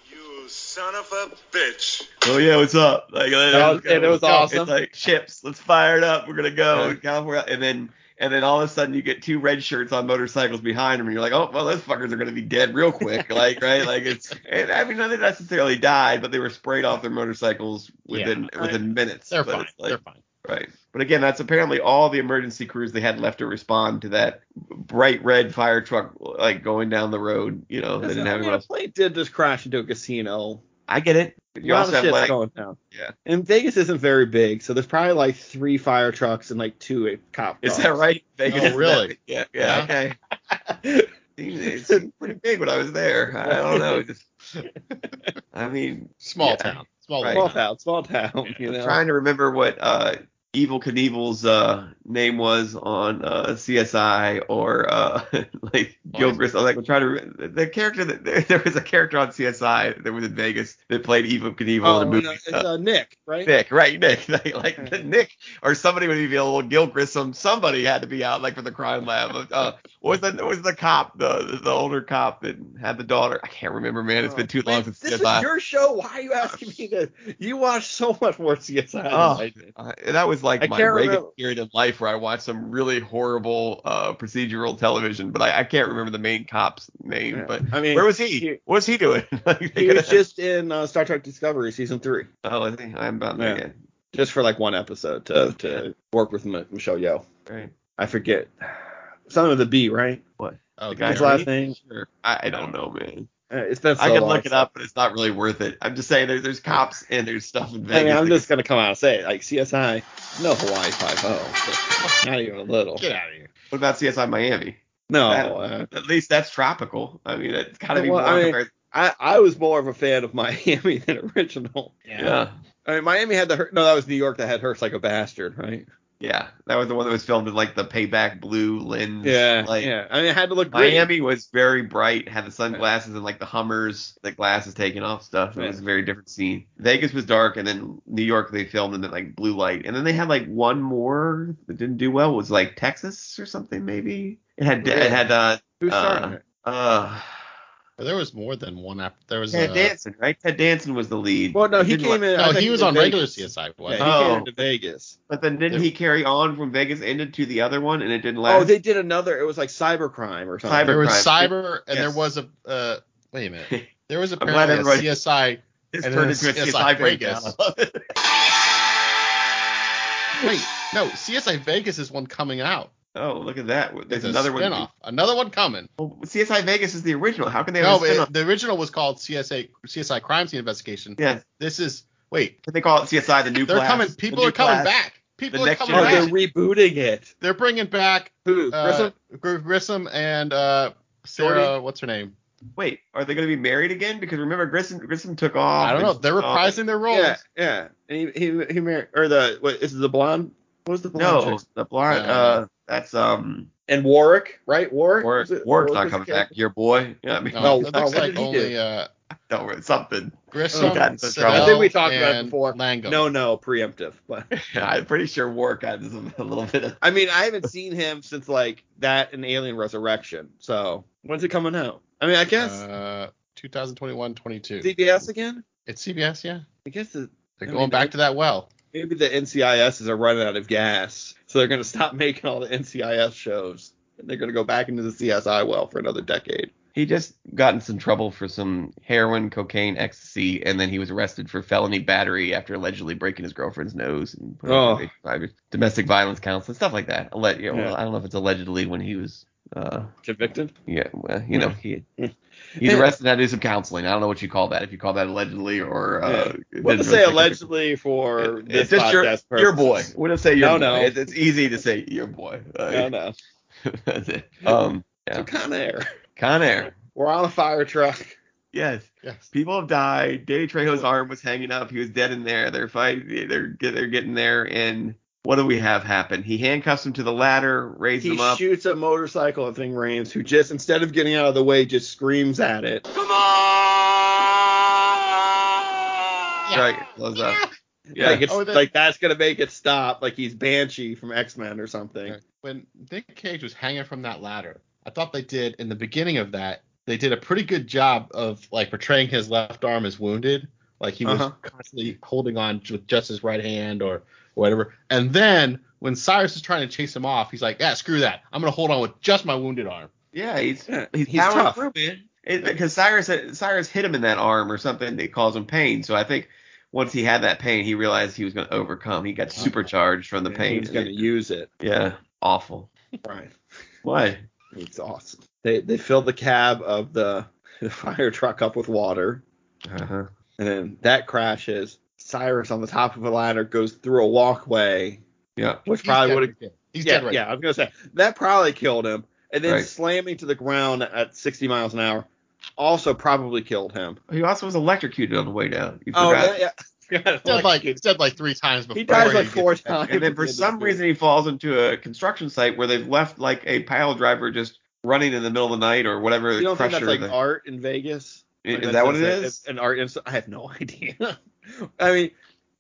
You son of a bitch. oh yeah, what's up? Like, uh, was- and it was awesome. It's like chips, let's fire it up, we're gonna go California, and then and then all of a sudden you get two red shirts on motorcycles behind them, and you're like, oh well, those fuckers are gonna be dead real quick, like right, like it's. And, I mean, no, they necessarily died, but they were sprayed off their motorcycles within within minutes. They're But fine. it's like- They're fine. Right. But again, that's apparently all the emergency crews they had left to respond to that bright red fire truck like going down the road. You know, they That's didn't not- have anyone yeah, else. They did just crash into a casino. I get it. But You a You lot also of have shit's like going down. Yeah. And Vegas isn't very big, so there's probably like three fire trucks and like two eh, cop is cars. that right? Vegas is that- Oh, really? Yeah, yeah, Yeah. okay. Seemed- it seemed pretty big when I was there. I don't know. Just, I mean, Small Yeah. town. Small Right. Small town. town, small town. You know. trying to remember what uh, Evil Knievel's uh, name was on uh, CSI or uh, Oh, like Gilchrist. I'm like I'm trying to remember. the character that there, there was a character on CSI that was in Vegas that played Evil Knievel Oh, in a no, movie. it's Uh, uh, Nick, right? Nick, right? Nick, like, like Nick, or somebody would be a little Gil Grissom. Somebody had to be out, like for the crime lab. Uh, what was the what was the cop, the the older cop that had the daughter? I can't remember, man. It's been too long Oh, Man, since this CSI. is your show. Why are you asking me this? You watch so much more CSI than Oh, I did. Uh, and that was like I my can't Reagan remember- period in life where I watched some really horrible uh, procedural television, but I, I can't remember the main cop's name. Yeah. But I mean, where was he? he- what was he doing? like, they He could was have- just in uh, Star Trek Discovery season three, oh, I think I'm about there Yeah. again. just for like one episode to to work with M- Michelle Yeoh. Right. I forget something with a B, right? Oh, The there. His last name. Sure. I, I don't know, man. Uh, it's been so I can long look it up, but it's not really worth it. I'm just saying there, there's cops and there's stuff in I Vegas. mean, I'm that- just gonna come out and say it. Like CSI, no Hawaii Five O, not even a little. Get out of here. What about CSI Miami? No, That- uh, At least that's tropical. I mean, it's gotta be Well, I more mean- Ameri- I I was more of a fan of Miami than original. yeah. I mean, Miami had the Her- no, that was New York that had Hearst like a bastard, right? Yeah, that was the one that was filmed in like the payback blue lens. Yeah, like, yeah. I mean, it had to look great. Miami was very bright, had the sunglasses and like the Hummers, the glasses taken off stuff. It was a very different scene. Vegas was dark, and then New York they filmed in the like blue light, and then they had like one more that didn't do well was like Texas or something maybe. It had it had uh Who started Uh, it? uh There was more than one app. There was. Ted uh, Danson right? Ted Danson was the lead. Well, no, he Didn't came like- in. I No, think he was to on regular Vegas. CSI. Yeah, he wasn't Oh. came to Vegas. But then didn't he carry on from Vegas ended to the other one, and it didn't last? Oh, they did another. It was like cybercrime or he? something. Cyber- There was Cybercrime. cyber, and there Yes. was a. Uh, wait a minute. There was glad apparently a everybody- CSI. It's And turned then into a CSI CSI breakdown. Vegas. Wait, no, CSI Vegas is one coming out. Oh, look at that. There's There's another another a spinoff. one. Oh, Another one coming. Well, CSI Vegas is the original. How can they have No, a spinoff? it, the original was called CSI CSI Crime Scene Investigation. yes. This is wait. But they call it CSI the new They're class. coming. The People new are coming class. back. People The are next coming Oh, generation. back. they're rebooting it. They're bringing back Who? uh, Grissom? Gr- Grissom and uh, Sarah. What's her name? Wait, are they going to be married again? Because remember, Grissom, Grissom took off. I don't know. and- They're oh, reprising their roles. Yeah, yeah. And he he he married or the what is it the blonde? What was the blonde? No, chick's- the blonde. No. Uh, that's um. And Warwick, right? Warwick. Warwick, was it? Warwick's Warwick not was coming the character? back. Your boy. Yeah, I mean, No, No, it no, looks what like did he only do? uh, no, something. Grissom, Oh, that's the trouble. Siddell, I think we talked about it and before. Lango. No, no, preemptive. But I'm pretty sure Warwick had a little bit of. I mean, I haven't seen him since like that and Alien Resurrection. So when's it coming out? I mean, I guess Uh, 2021-22. CBS again. it's CBS, yeah. I guess the, They're I going mean, back I- to that well. maybe the NCIS is running out of gas, so they're gonna stop making all the NCIS shows. And they're gonna go back into the CSI well for another decade. He just got in some trouble for some heroin, cocaine, ecstasy, and then he was arrested for felony battery after allegedly breaking his girlfriend's nose and putting her Oh. in a- domestic violence counsel and stuff like that. Alle- you know, Yeah. I don't know if it's allegedly when he was uh, Convicted? yeah, well, you know, he he's Yeah. arrested and had to do some counseling. I don't know what you call that. If you call that allegedly or uh, it Well, let's say doesn't really make a difference. allegedly for It- this it's just your, podcast your boy. purposes. We don't say your No, boy. no. It's, it's easy to say your boy. Uh, No, no. that's it. Um, So yeah. Con Air. Con Air. We're on a fire truck. Yes. Yes. People have died. Danny Trejo's arm was hanging up. He was dead in there. They're fight. They're get- they're getting there. And what do we have happen? He handcuffs him to the ladder, raises He him up. shoots a motorcycle at Thing Rames, who just instead of getting out of the way, just screams at it. Come on! Right. Blows up. Uh, Yeah. Like it's Oh, that- like that's gonna make it stop. Like he's Banshee from X Men or something. When Nick Cage was hanging from that ladder, I thought they did in the beginning of that. They did a pretty good job of like portraying his left arm as wounded, like he was Uh-huh. constantly holding on with just his right hand or whatever. And then when Cyrus is trying to chase him off, he's like, "Yeah, screw that. I'm gonna hold on with just my wounded arm." Yeah. He's Yeah, he's, he's powering tough. through, man. Because Cyrus Cyrus hit him in that arm or something. It caused him pain. So I think once he had that pain, he realized he was going to overcome. He got supercharged from the And pain. He's gonna use it. Yeah. Awful. Right. Why? It's awesome. They they fill the cab of the, the fire truck up with water, Uh-huh. and then that crashes. Cyrus on the top of a ladder goes through a walkway, Yeah. which He's probably dead would have right there. He's yeah, dead right. yeah. I was gonna say that probably killed him, and then Right. slamming to the ground at 60 miles an hour also probably killed him. He also was electrocuted on the way down. You Oh, forgot. that- yeah. He's dead like he's dead like three times before. he dies like gets four back. times. and then for some reason he falls into a construction site where they've left like a pile driver just running in the middle of the night or whatever. you don't think crusher that's like the- art in Vegas? Like, is that's that what it just a- is? An art. ins- I have no idea. I mean,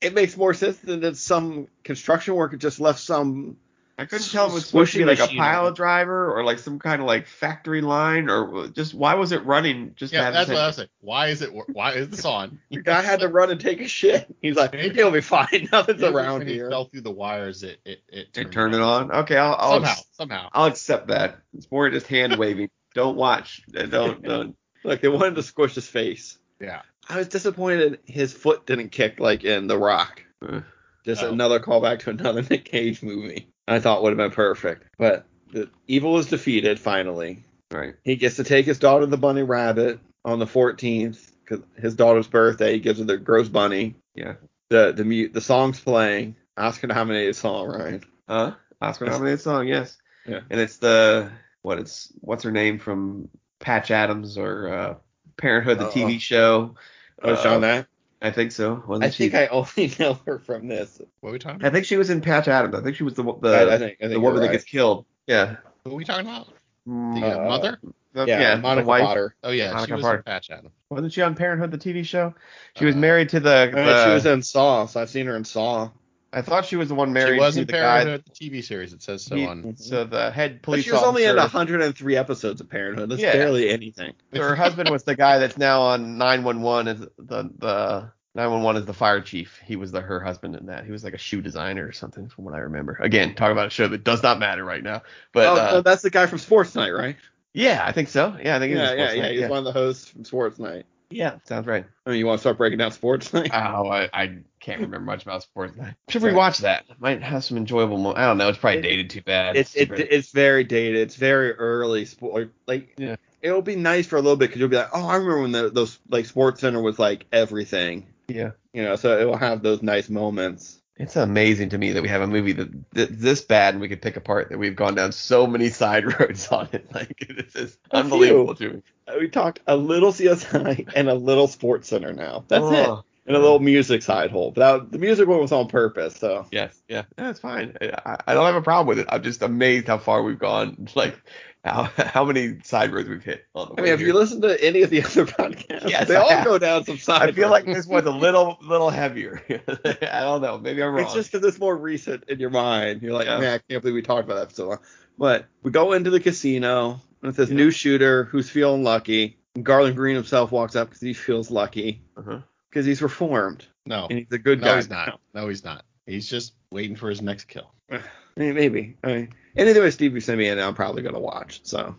it makes more sense than that some construction worker just left some. I couldn't tell if it was supposed to be Squishy like a machine, I pile think. driver or like some kind of like factory line or uh, just why was it running just to Yeah, have that's this- what I was saying. Why is it? wor- Why is this on? The guy had to run and take a shit. He's like, Maybe- he'll be fine. Nothing's Maybe around when he here. Fell through the wires. It it it They turned Oh, it on. Okay, I'll I'll, somehow ac- somehow. I'll accept that. It's more just hand waving. don't watch. Uh, Don't don't. Like they wanted to squish his face. Yeah. I was disappointed his foot didn't kick like in The Rock. Uh. Just Oh. another callback to another Nick Cage movie. I thought would have been perfect, but the evil is defeated finally. Right. He gets to take his daughter, the bunny rabbit, on the 14th because his daughter's birthday. He gives her the gross bunny. Yeah. The the mute the song's playing. Oscar nominated song, right? Huh? Oscar nominated song, yes. Yeah. And it's the what it's what's her name from Patch Adams or uh, Parenthood, the Uh-oh. TV show. Oh, Uh, it's on that. I think so. Wasn't I she? think I only know her from this. What are we talking I about? think she was in Patch Adams. I think she was the the, I, I think I think the you're woman that right. gets killed. Yeah. What are we talking about? The Mm, uh, Uh, mother? the- yeah, the Monica wife. Potter. Oh yeah, she Monica was Park. in Patch Adam. Wasn't she on Parenthood, the TV show? She was Uh, married to the. I mean, the- she was in Saw, so I've seen her in Saw. I thought she was the one married she was to in the guy. Parenthood, the TV series. It says so He- on. So the head But police she was only in officer- 103 episodes of Parenthood. That's Yeah. barely anything. So her husband was the guy that's now on 911 is the the 911 is the fire chief. He was the her husband in that. He was like a shoe designer or something from what I remember. Again, talk about a show that does not matter right now. But oh, uh, so that's the guy from Sports Night, right? yeah, I think so. Yeah, I think it was Yeah, a yeah, sports yeah. night. He's one of the hosts from Sports Night. yeah. Sounds right. I mean, Oh, you want to start breaking down Sports Night? Oh, I, I can't remember much about sports night. Should we watch that? Might have some enjoyable moments. I don't know. It's probably It- dated too bad. it's it, Stupid. it's very dated. It's very early sport. Like Yeah. it'll be nice for a little bit because you'll be like, oh, I remember when the, those like Sports Center was like everything. yeah. You know, so it will have those nice moments. It's amazing to me that we have a movie that th- this bad and we could pick apart that we've gone down so many side roads on it. Like this is A unbelievable to me. Uh, We talked a little CSI and a little Sports Center now. That's Uh-huh. it. And a little music side hole. But that, the music one was on purpose, so Yes, yeah, that's fine. I, I don't have a problem with it. I'm just amazed how far we've gone. Like how how many side roads we've hit on the way. I mean, if here. you listen to any of the other podcasts, Yes, they I all have. go down some side. I feel roads. like this one's a little little heavier. I don't know. Maybe I'm wrong. it's just 'cause it's more recent in your mind. You're like, Yeah. man, I can't believe we talked about that for so long. But we go into the casino, and it says Yeah. new shooter who's feeling lucky. And Garland Green himself walks up because he feels lucky Uh-huh. because he's reformed No, and he's a good no, guy. he's not. No, he's not. He's just waiting for his next kill. I mean, maybe. I mean, and either way, Stevie sent me in, I'm probably gonna watch. So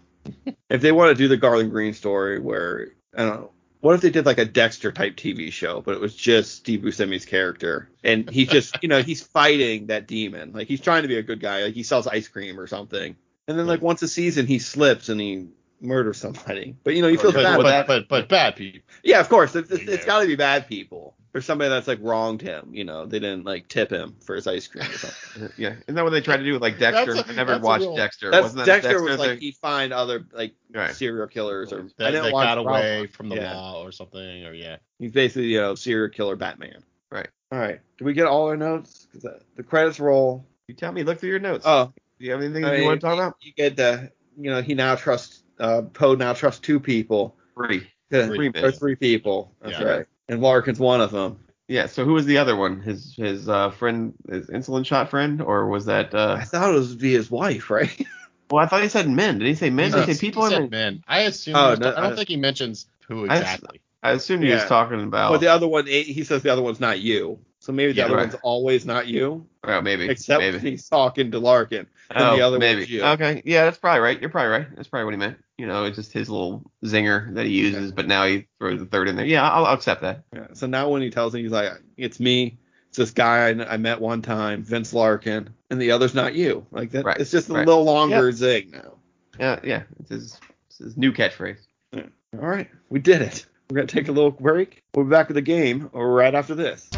if they want to do the Garland Green story, where I don't know. What if they did like a Dexter type TV show, but it was just Steve Buscemi's character, and he's just, you know, he's fighting that demon. Like he's trying to be a good guy. Like he sells ice cream or something, And then like once a season, he slips and he murders somebody. But you know, you feel but, bad but, about but, that. but bad people. Yeah, of course. It's, it's, Yeah. it's got to be bad people or somebody that's like wronged him. You know, they didn't like tip him for his ice cream or something. Yeah, isn't that what they tried to do with like Dexter? That's a- I never that's a watched real- Dexter. That's, Wasn't that Dexter, Dexter was like thing? he find other like Right. serial killers or I That, didn't that watch got Robocop. away from the Yeah. law or something, or yeah. He's basically you know serial killer Batman. Right. All right. Do we get all our notes? 'Cause The, the credits roll. You tell me. Look through your notes. Oh, do you have anything I you want mean- to talk about? you get the you know he now trusts uh, Poe now trusts two people Uh, Three. three Three or men. three people. That's Yeah. right. And Larkin's one of them. Yeah. So who was the other one? His his uh, friend, his insulin shot friend, or was that? Uh, I thought it was be his wife, right? well, I thought he said men. Did he say men? Did he He say people? said I, mean, men. I assume. Oh, he was- no, I don't I- think he mentions who I- exactly. I assumed he was Yeah. talking about. But the other one, eh, he says the other one's not you. So maybe the Yeah, other Oh. right. one's always not you, oh, maybe. except maybe. Oh, he's talking to Larkin. and the other maybe. one's you. Okay, yeah, that's probably right. You're probably right. That's probably what he meant. You know, it's just his little zinger that he uses, but now he throws the third in there. Yeah, I'll, I'll accept that. Yeah. So now when he tells him, he's like, "It's me. It's this guy I, I met one time, Vince Larkin, and the other's not you." Like that. Right, It's just a right. little longer zig now. Yeah, yeah, it's his, it's his new catchphrase. All right, we did it. We're gonna take a little break. We'll be back with the game right after this.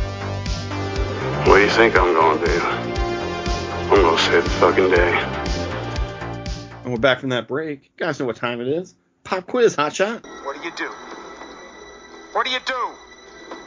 What do you think I'm gonna do? I'm gonna save the fucking day. And we're back from that break. You guys know what time it is? Pop quiz, hot shot. What do you do? What do you do?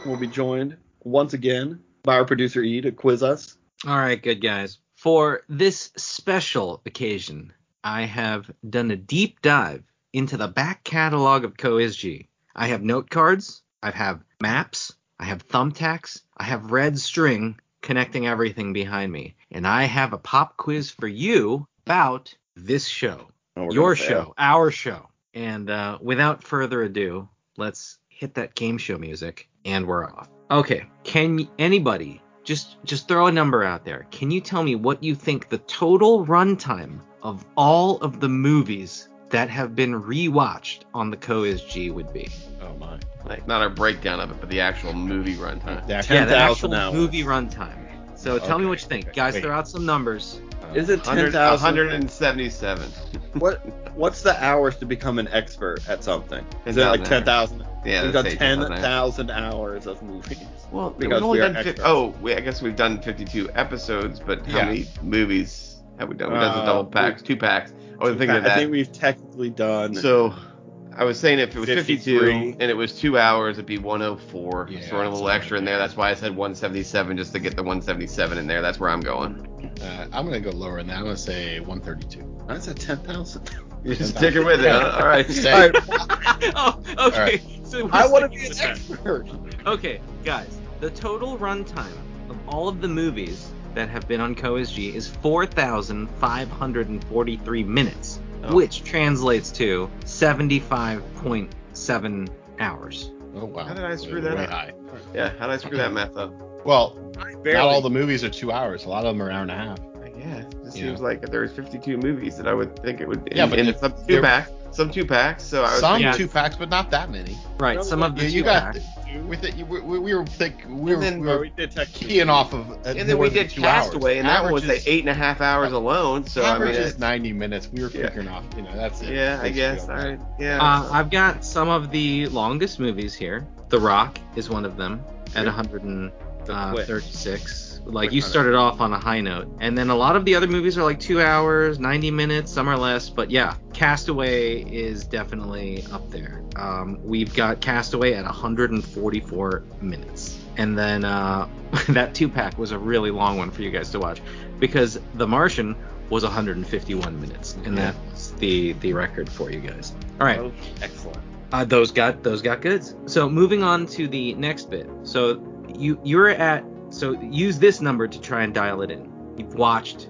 We'll be joined once again by our producer E to quiz us. All right, good guys. For this special occasion, I have done a deep dive into the back catalog of CoisG. I have note cards, I have maps, I have thumbtacks, I have red string connecting everything behind me, and I have a pop quiz for you about this show, Oh, we're your gonna fail. show, our show. And uh, without further ado, let's hit that game show music, and we're off. Okay, can y- anybody just just throw a number out there? Can you tell me what you think the total runtime of all of the movies that have been rewatched on the CoisG would be? Oh my. Like not a breakdown of it, but the actual movie runtime. That yeah, 10,000 the actual hours. movie runtime. So tell me what you think, guys. Wait. Throw out some numbers. Is it 100 10,000? 177. What What's the hours to become an expert at something? Is it 10,000 like 10,000? Yeah, We've that's done eight thousand. 10,000 hours of movies. Well, we've because only we are done. Fi- experts. oh, we, I guess we've done 52 episodes, but how Yeah. many movies have we done? We've done some Uh, double packs, two packs. I was thinking of that. I think we've technically done. So I was saying if it was 53. 52 and it was two hours, it'd be 104. Yeah, so we're a little that's extra in there. That's why I said 177 just to get the 177 in there. That's where I'm going. Uh, I'm gonna go lower than that. I'm gonna say 132. I said 10,000. You're just sticking with it. Huh? All right. Say- All right, oh, okay. So I we're want to sticking be an with that. expert. Okay, guys, the total runtime of all of the movies that have been on CoSG is 4,543 minutes, Oh. which translates to 75.7 hours. Oh wow. How did I screw Way that up? high. Yeah. How did I screw that math up? Well, Barely. not all the movies are two hours. A lot of them are hour and a half. Like, Yeah. It just Yeah. seems like if there was 52 movies that I would think it would. Yeah, and- but and there- some two there- packs. Some two packs. So I was Some thinking. Yeah. two packs, but not that many. Right, some of You, the you two got are- we, th- we, we we were think we And were, then- we Well, were we did technically. keying off of. uh, And then more we than did two Castaway, hours. and that one was Average like is- eight and a half hours alone. So I average mean, is it's- 90 minutes. We were Yeah. kicking off. You know, that's it. yeah, I That's guess. good. All right. Yeah. Uh, I've got some of the longest movies here. The Rock is one of them at The Quick. 136. Like Quick you on it. started off on a high note, and then a lot of the other movies are like two hours, 90 minutes, some are less. But yeah, Castaway is definitely up there. Um, we've got Castaway at 144 minutes, and then uh, that two pack was a really long one for you guys to watch because The Martian was 151 minutes, and that was the the record for you guys. All right. Oh, excellent. Uh, those got those got goods. So moving on to the next bit. So you you're at so use this number to try and dial it in. You've watched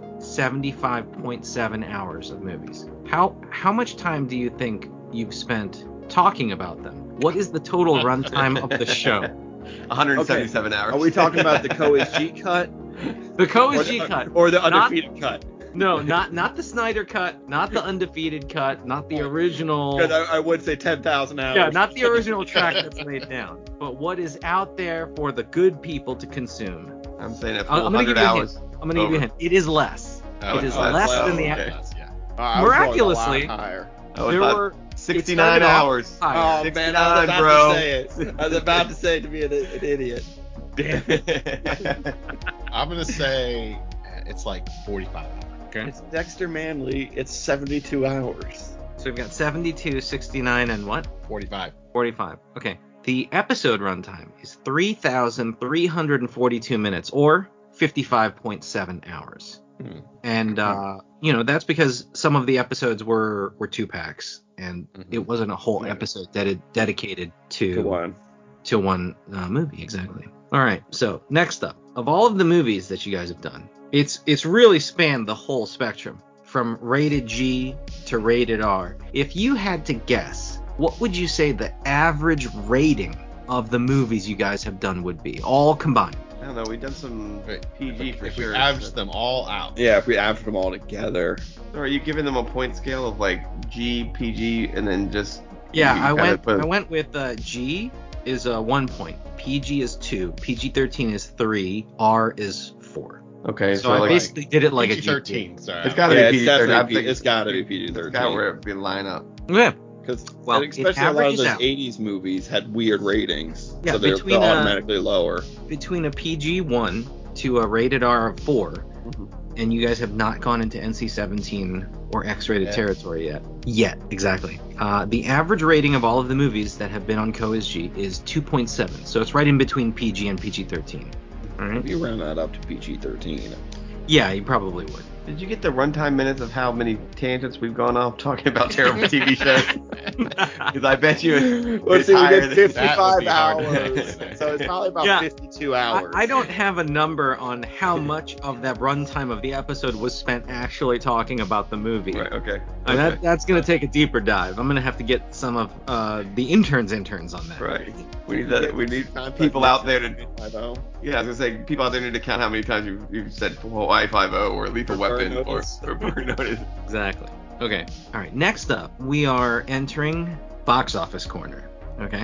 75.7 hours of movies. How how much time do you think you've spent talking about them? What is the total runtime of the show? 177 hours. Are we talking about the Coes G cut? The Or Cohen's the- G cut. Or the Not- undefeated cut? No, not not the Snyder cut, not the undefeated cut, not the original. Because I, I would say 10,000 hours. Yeah, not the original track that's laid down, but what is out there for the good people to consume. I'm saying a I'm full gonna Uh, 100 give you a hint. hours. I'm gonna give you a hint. It is less. Oh, it is oh, less wow, than the okay. That's- yeah. Oh, I was going a lot Miraculously- higher. Oh, there about were it 69 started off hours. higher. Oh man, I was 69, about to bro. say it. I was about to say it to be an, an idiot. Damn it. I'm gonna say uh, it's like 45 hours. Okay. It's Dexter Manley. It's 72 hours. So we've got 72, 69, and what? 45. 45. Okay. The episode runtime is 3,342 minutes or 55.7 hours. Hmm. And, uh, you know, that's because some of the episodes were, were two packs and Mhm. it wasn't a whole Yeah. episode ded- dedicated to Good one. to one uh, movie exactly. All right, so next up, of all of the movies that you guys have done, it's it's really spanned the whole spectrum from rated G to rated R. If you had to guess, what would you say the average rating of the movies you guys have done would be, all combined? I don't know. We've done some Wait, PG if for we sure. average them all out. Yeah, if we average them all together. So are you giving them a point scale of like G, PG, and then just Yeah, you I kinda went put- I went with uh, G is uh, one point, PG is two, PG thirteen is three, R is four. okay? So, So, I like, basi- basically did it like a G. 13. Sorry. It's gotta yeah, be it's definitely. PG-13. It's gotta be that's kinda where PG-13. it be line up. Yeah, Because Well, it especially a lot of averages those out. 80s movies had weird ratings, Yeah, so they're, between, they're uh, automatically lower. between a PG one to a rated R of 4 Mm-hmm. and you guys have not gone into NC seventeen or X rated Yeah. territory yet. Yet, exactly. Uh, the average rating of all of the movies that have been on CoSG is two point seven, so it's right in between PG and PG thirteen. All right. We round that up to PG-13. Yeah, you probably would. Did you get the runtime minutes of how many tangents we've gone off talking about terrible TV shows? Because I bet you Let's it's see, we higher did than 55 That would be hard. hours, so it's probably about Yeah. 52 I, hours. I don't have a number on how much of that runtime of the episode was spent actually talking about the movie. Right, okay. And okay. that, that's going to take a deeper dive. I'm going to have to get some of uh, the interns' interns on that. Right. We need that. We need people out there to. oh? Yeah, I was gonna say people out there need to count how many times you you said Hawaii Five O or Lethal Or Weapon Burn or, Notice. or Burn Notice. Exactly. Okay. All right. Next up, we are entering box office corner. Okay.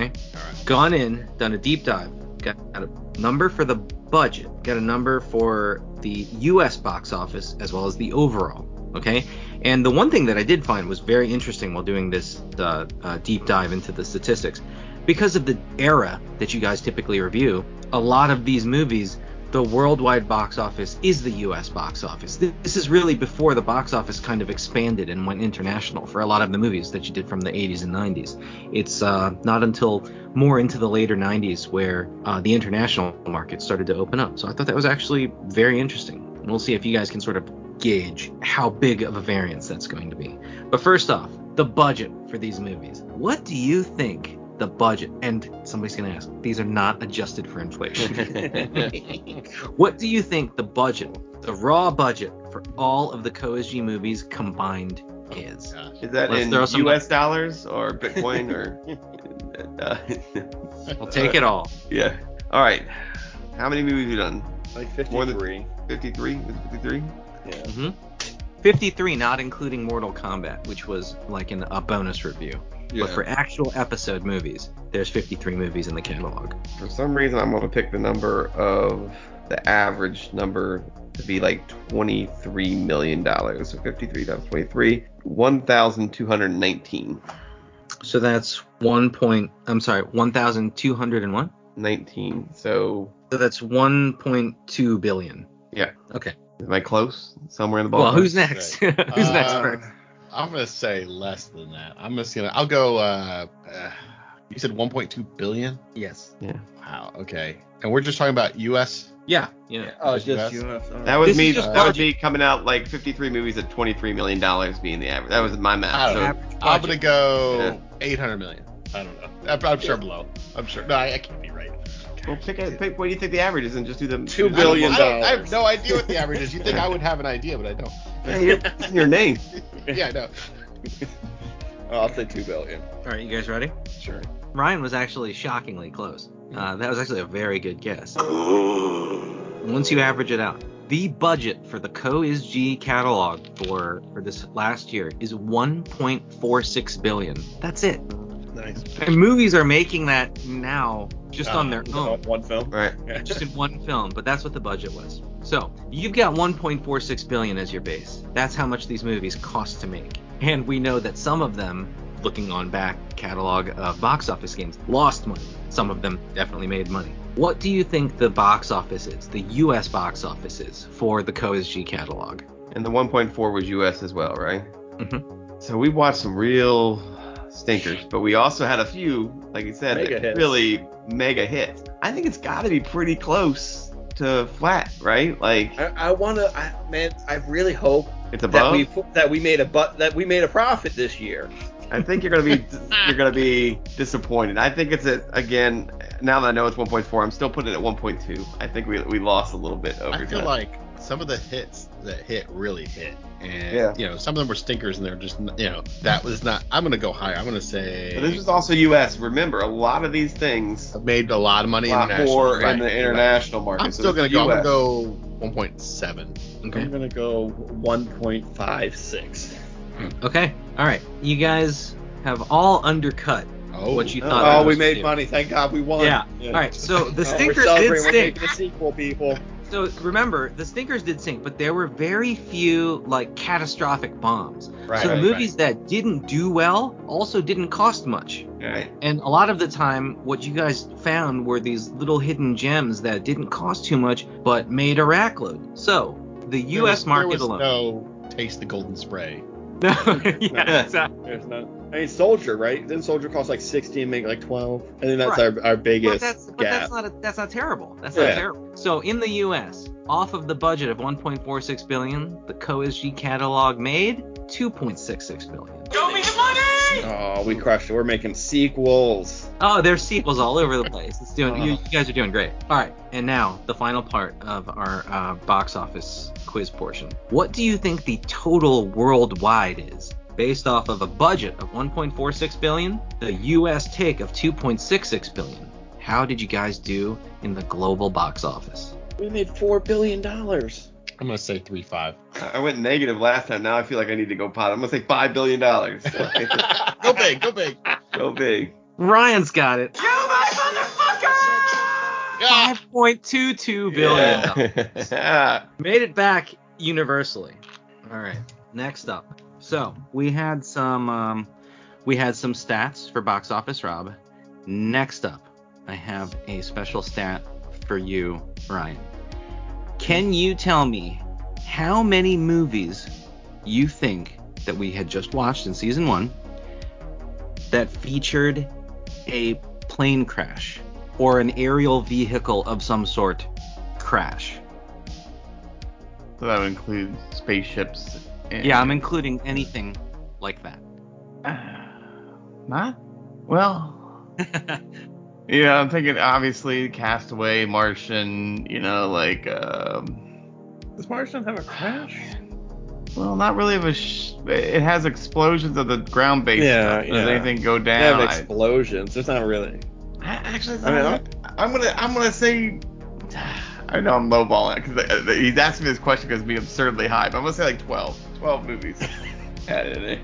All right. Gone in, done a deep dive, got a number for the budget, got a number for the U.S. box office as well as the overall. Okay. And the one thing that I did find was very interesting while doing this uh, uh, deep dive into the statistics, because of the era that you guys typically review, a lot of these movies the worldwide box office is the US box office. Th- This is really before the box office kind of expanded and went international for a lot of the movies that you did from the 80s and 90s. It's uh, not until more into the later 90s where uh, the international market started to open up. So I thought that was actually very interesting. And we'll see if you guys can sort of gauge how big of a variance that's going to be. But first off, the budget for these movies. What do you think the budget? And somebody's going to ask, these are not adjusted for inflation. What do you think the budget, the raw budget for all of the Koizhi movies combined is? Gosh. Is that Let's throw in some- U.S. dollars or Bitcoin or? uh, I'll take it all. yeah. All right. How many movies have you done? Like More than- 53. 53. 53. Yeah. Mm-hmm. 53, not including Mortal Kombat, which was like an, a bonus review. Yeah. But for actual episode movies, there's 53 movies in the catalog. For some reason, I'm gonna pick the number of the average number to be like 23 million dollars. So 53 times 23, 1,219. So that's one point. I'm sorry, 1,201. 19. So So that's 1.2 billion. Yeah. Okay. am I close? Somewhere in the ballpark. Well, who's next? who's next, Uh, Rex? I'm gonna say less than that. I'm just gonna. I'll go. Uh, uh, you said 1.2 billion. Yes. Wow. Okay. And we're just talking about U.S. Yeah. Yeah. Oh, Just just US. US. all That right. was This is me. just That was me coming out like 53 movies at 23 million dollars being the average. That was my math. I So, don't Average I'm budget. gonna go 800 million. I don't know. I'm, I'm sure below. I'm sure. No, I, I can't be right. well, pick, a, pick what do you think the average is, and just do the Two do the- billion I, don't- I have dollars. no idea what the average is. You think I would have an idea, but I don't. Hey, you're- it's in your name. Yeah, I know. Oh, I'll say 2 billion. All right, you guys ready? Sure. Ryan was actually shockingly close. Uh, that was actually a very good guess. Once you average it out, the budget for the Co is G catalog for for this last year is 1.46 billion. That's it. Nice. And movies are making that now just Ah, on their own, One film. All right. just in one film. But that's what the budget was. So you've got 1.46 billion as your base. That's how much these movies cost to make. And we know that some of them, looking on back catalog of box office games, lost money. Some of them definitely made money. What do you think the box office is, the U.S. box office is for the CoSG catalog? And the 1.4 was US as well, right? Mm-hmm. Mhm. So we watched some real stinkers, but we also had a few, like you said, Mega that hits. really mega hits. I think it's got to be pretty close to flat, right? Like I, I want to, I, man. I really hope it's Uh, that above. we that we made a but that we made a profit this year. I think you're gonna be you're gonna be disappointed. I think it's a, again. Now that I know it's 1.4, I'm still putting it at 1.2. I think we we lost a little bit over I feel time. like some of the hits that hit really hit, and Yeah. you know some of them were stinkers, and they're just n- you know that was not. I'm gonna go higher. I'm gonna say But this is also U.S. Remember, a lot of these things made a lot a of money lot international. more Right, in the right. international market. I'm so still it's gonna go. US. I'm gonna go 1.7. Okay. I'm gonna go 1.56. Okay. All right. You guys have all undercut Oh, what you Oh, thought. Oh, it we was made due. money. Oh, Thank God we won. Yeah. All right. So the Uh, stinkers we're did celebrating. We're stink. making a sequel, people. So remember, the stinkers did sink, but there were very few like catastrophic bombs. Right, so right, movies that didn't do well also didn't cost much. Right. And a lot of the time, what you guys found were these little hidden gems that didn't cost too much but made a rackload. So the there U.S. was- there market was alone. No, taste the golden spray. No, yeah, exactly. There's none. I mean, Soldier, right? Then Soldier costs like 60 and make like 12. And then that's Right. our, our biggest But that's but gap. that's not a, that's not terrible. That's Yeah. not terrible. So in the U.S., off of the budget of 1.46 billion, the CoSG catalog made 2.66 billion. Show me the money! Oh, we crushed it. We're making sequels. Oh, there's sequels all over the place. It's doing. You, Oh. you guys are doing great. All right, and now the final part of our uh, box office quiz portion. What do you think the total worldwide is, based off of a budget of 1.46 billion, the U.S. take of 2.66 billion? How did you guys do in the global box office? We made four billion dollars. I'm gonna say three five. I I went negative last time. Now I feel like I need to go pot. I'm gonna say five billion dollars. go big, go big. so big. Ryan's got it. You motherfucker! Ah, 5.22 billion. Yeah. Made it back universally. All right. Next up. So we had some um, we had some stats for box office, Rob. Next up, I have a special stat for you, Ryan. Can you tell me how many movies you think that we had just watched in season one that featured a plane crash or an aerial vehicle of some sort crash? So that would include spaceships. and- Yeah, I'm including anything like that. Not. Well. Yeah, I'm thinking obviously Castaway, Martian. You know, like. Um, Does Marston have a crash? well, not really of a. Sh- it has explosions of the ground base. Yeah, stuff. Does yeah. anything go They have down? I- explosions. It's not really. I actually, I mean, I'm, I'm gonna, I'm gonna say. I know I'm lowballing it because he's asking me this question because be absurdly high, but I'm gonna say like 12, 12 movies. added in it.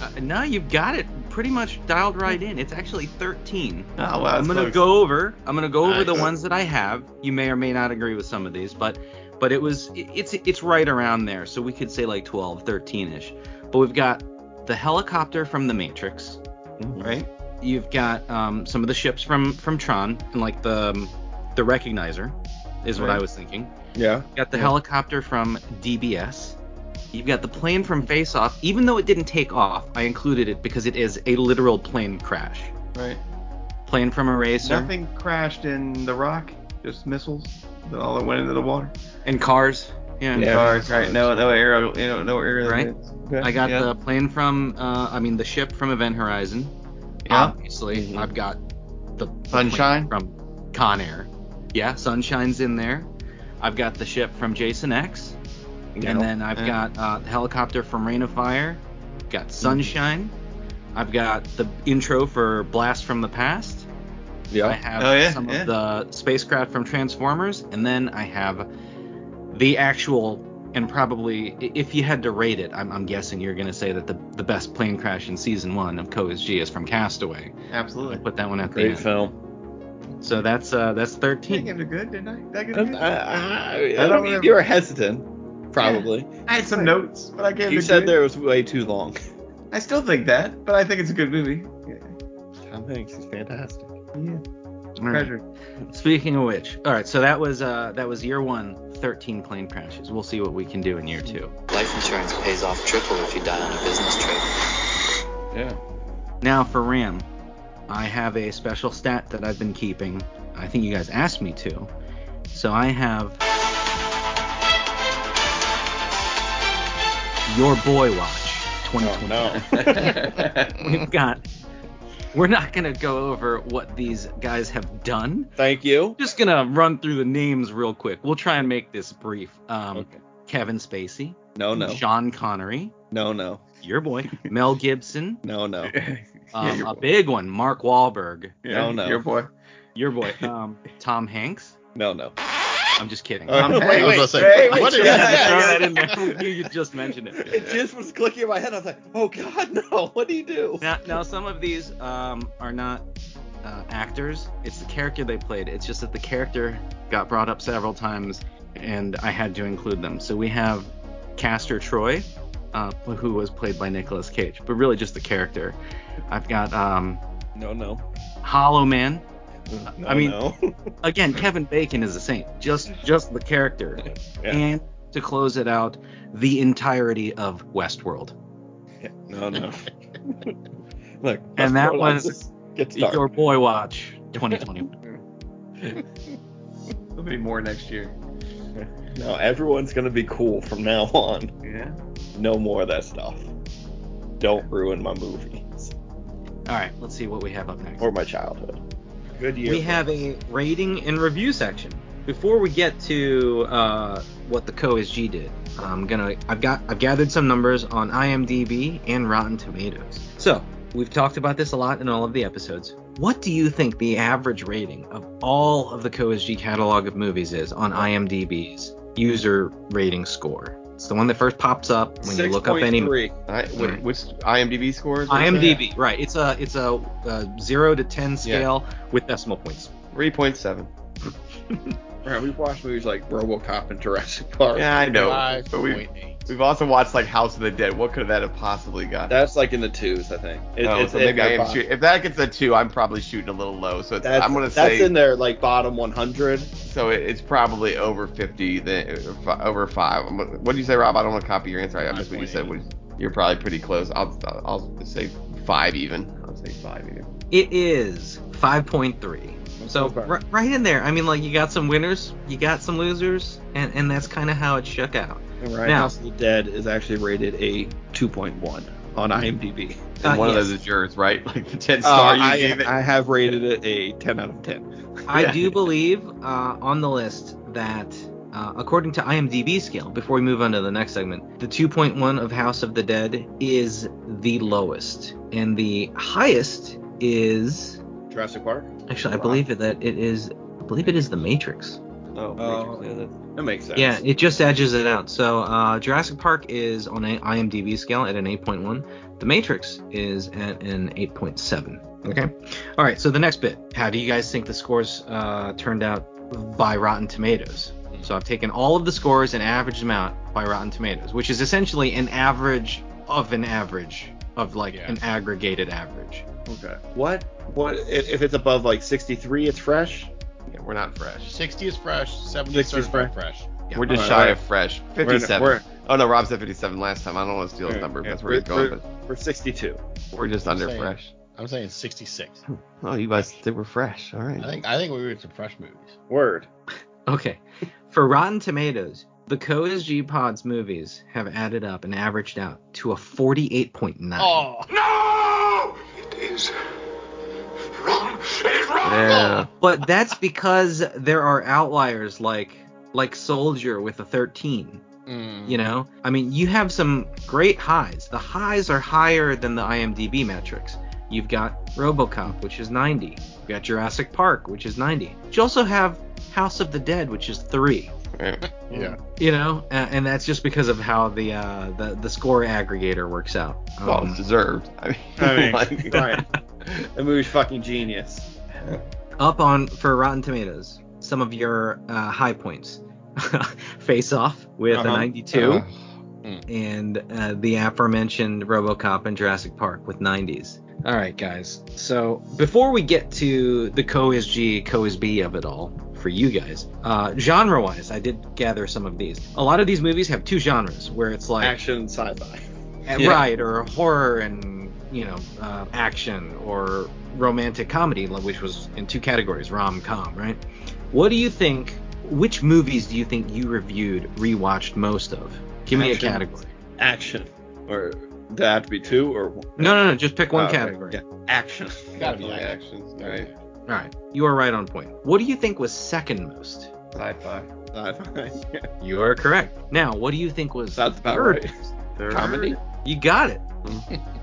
Uh, no, you've got it pretty much dialed right in. It's actually 13. oh, well, I'm that's gonna close. go over. I'm gonna go over the Nice. ones that I have. You may or may not agree with some of these, but but it was it- it's it's right around there. So we could say like 12, 13 ish. But we've got the helicopter from The Matrix, right? You've got um, some of the ships from from Tron and like the um, the Recognizer is what I Right. was thinking. Yeah. You got the helicopter from DBS. You've got the plane from Face Off. Even though it didn't take off, I included it because it is a literal plane crash. Right. Plane from Eraser Nothing crashed in the rock, just missiles. That all that went into the water. and cars. Yeah. And Cars, right? No, no aero, you know, no aero. Right. Okay, I got yeah. the plane from, uh, I mean, the ship from Event Horizon. Yeah. Obviously, I've got the the plane Sunshine? from Con Air. Yeah, Sunshine's in there. I've got the ship from Jason X. And then I've Yeah. Mm-hmm. got uh, the helicopter from Rain of Fire. Got Sunshine. I've got the intro for Blast from the Past. I Yeah. have Oh, yeah, some yeah. of the spacecraft from Transformers, and then I have the actual and probably i- if you had to rate it, I'm, I'm guessing you're gonna say that the the best plane crash in season one of CoSG is from Castaway. I Absolutely. put that one at the Great end. film. So that's uh that's Did I 13. give it a good, didn't I? Did I give it a I, good? I, I I don't don't mean remember. you were hesitant, probably. I had some notes, but I gave You it a said good. there was way too long. I still think that, but I think it's a good movie. Yeah. Tom Hanks is fantastic. All right. Speaking of which, all right, so that was uh that was year 1, 13 plane crashes. We'll see what we can do in year 2. Life insurance pays off triple if you die on a business trip. Yeah. Now for Ram, I have a special stat that I've been keeping. I think you guys asked me to. So I have your boy watch 2020. Oh, We've got we're not going to go over what these guys have done. Thank you. just gonna run through the names real quick. We'll try and make this brief. Um, Okay. Kevin Spacey, No, Oh, no, Sean Connery, no, no, your boy, Mel Gibson, no, no. Yeah, um, your a boy. big one, Mark Wahlberg, Yeah, No, no. Your boy. your boy, um, Tom Hanks. No, no. I'm just kidding. Uh, Tom wait, Hanks. I was wait, gonna say, wait, wait, what is yeah, I yeah, throw yeah. that in there. You just mentioned it. It just was clicking in my head. I was like, oh god, no. What do you do? Now, now some of these um, are not uh, actors. It's the character they played. It's just that the character got brought up several times, and I had to include them. So we have Castor Troy, uh, who was played by Nicolas Cage, but really just the character. I've got um, No, no. Hollow Man. no I mean- no. Again, Kevin Bacon is the same. Just just the character. Yeah. And to close it out, the entirety of Westworld. no, no. Look, And that hold on, was this gets dark. Your boy watch 2020. There'll be more next year. No, everyone's gonna be cool from now on. Yeah. No more of that stuff. Don't ruin my movies All right, let's see what we have up next. or my childhood. Good year. We have a rating and review section. Before we get to uh, what the CoSG did, I'm gonna I've got I've gathered some numbers on IMDb and Rotten Tomatoes. So we've talked about this a lot in all of the episodes. What do you think the average rating of all of the CoSG catalog of movies is on IMDb's user rating score? It's the one that first pops up when you look up any. 6.3. I, wh- which IMDb scores? IMDb, right? It's a it's a, uh zero to ten scale with decimal points. 3.7. Right, we've watched movies like RoboCop and Jurassic Park. Yeah, I know. But we, 5.8. we've also watched like House of the Dead. What could that have possibly got? That's like in the twos, I think. It- Oh, it's so in maybe I their am bottom- shoot- If that gets a two, I'm probably shooting a little low. So it's, That's, I'm gonna that's say in their like bottom 100. so it, it's probably over 50, then uh, fi- over five. I'm gonna- What did you say, Rob? I don't want to copy your answer. I missed what you said. What- You're probably pretty close. I'll I'll say five even. I'll say five even. It is 5.3. So about r- right in there. I mean, like you got some winners, you got some losers, and and that's kind of how it shook out. And Ryan Now- House of the Dead is actually rated a 2.1 on IMDb. Uh, And one yes. of those is yours, right? Like the 10 star you Oh, I, gave it. I have rated it a 10 out of 10. I do believe uh, on the list that. Uh, according to IMDb scale, before we move on to the next segment, the 2.1 of House of the Dead is the lowest, and the highest is Jurassic Park? actually I believe that it is I believe it is The Matrix. Oh, yeah, that, that makes sense. Yeah, it just edges it out. So uh, Jurassic Park is on a IMDb scale at an 8.1. The Matrix is at an 8.7. Okay. All right. So the next bit. How do you guys think the scores uh, turned out by Rotten Tomatoes? So I've taken all of the scores and averaged them out by Rotten Tomatoes, which is essentially an average of an average of like Yeah. an aggregated average. Okay. What? What? If if it's above like 63, it's fresh. Yeah, we're not fresh. 60 is fresh, 70 is 60 is certified fresh. Yeah. We're just All shy right. of fresh. We're in- 57. We're, oh no, Rob said 57 last time. I don't want to steal his Yeah, number. yeah. That's where he's We're- going. But we're 62. we're just under Same. fresh. I'm saying 66. Oh, you guys they were fresh. All I right. think I think we were some fresh movies. Word. Okay. For Rotten Tomatoes, the Coda's G Pods movies have added up and averaged out to a 48.9. Oh, No! It is wrong. It is wrong. Yeah. But that's because there are outliers like like Soldier with a 13, Mm. you know? I mean, you have some great highs. The highs are higher than the IMDb metrics. You've got RoboCop, which is 90. You've got Jurassic Park, which is 90. But you also have House of the Dead, which is 3. Right. yeah. you know a- and that's just because of how the uh the, the score aggregator works out um, Well, it's deserved. I mean, I mean, like- Ryan, the movie's fucking genius. Up on for Rotten Tomatoes, some of your uh, high points. Face Off with a Uh-huh. 92, Uh, and uh, the aforementioned RoboCop and Jurassic Park with 90s. All right, guys. So before we get to the co is G, co is B of it all for you guys, uh, genre wise, I did gather some of these. A lot of these movies have two genres where it's like Action and sci-fi. and- Yeah. right or horror and you know uh, action or romantic comedy like, which was in two categories rom-com right what do you think which movies do you think you reviewed rewatched most of give me Action. a category Action. Or that have to be two or no no no just pick one Oh, okay, category yeah. Action. Gotta be Definitely action. action. All right. all right you are right on point what do you think was second most Sci-fi. Sci-fi. you are correct now what do you think was That's about third right. most? Comedy. you got it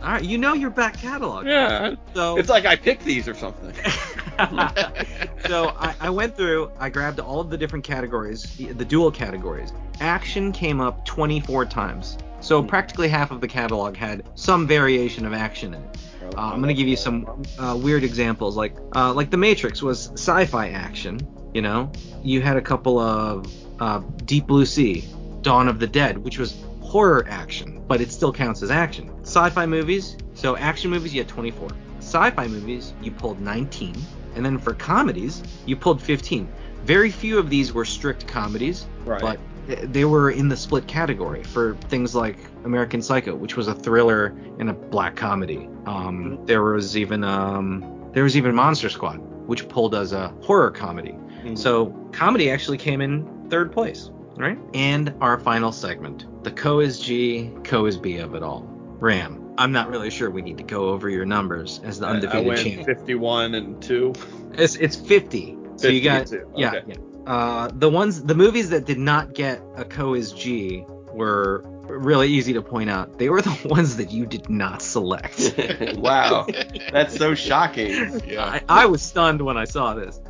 all right you know your back catalog Yeah. so It's like I picked these or something. so I, I went through, I grabbed all of the different categories, the, the dual categories. Action came up 24 times. So practically half of the catalog had some variation of action in it. Uh, I'm gonna give you some uh, weird examples, like uh, like The Matrix was sci-fi action. You know, you had a couple of uh, Deep Blue Sea, Dawn of the Dead, which was horror action, but it still counts as action. Sci-fi movies, so action movies you had 24. Sci-fi movies you pulled 19, and then for comedies you pulled 15. Very few of these were strict comedies, Right. but th- they were in the split category for things like American Psycho, which was a thriller and a black comedy. Um, Mm-hmm. there was even um, there was even Monster Squad, which pulled as a horror comedy. Mm-hmm. So comedy actually came in third place, right? And our final segment, the co is G, co is B of it all. Ram, I'm not really sure we need to go over your numbers as the I- I undefeated went champ. 51 and two. It's, it's 50. So you got 52, yeah, okay. yeah. Uh, the ones the movies that did not get a co is G were really easy to point out. They were the ones that you did not select. wow, that's so shocking. Yeah. I, I was stunned when I saw this.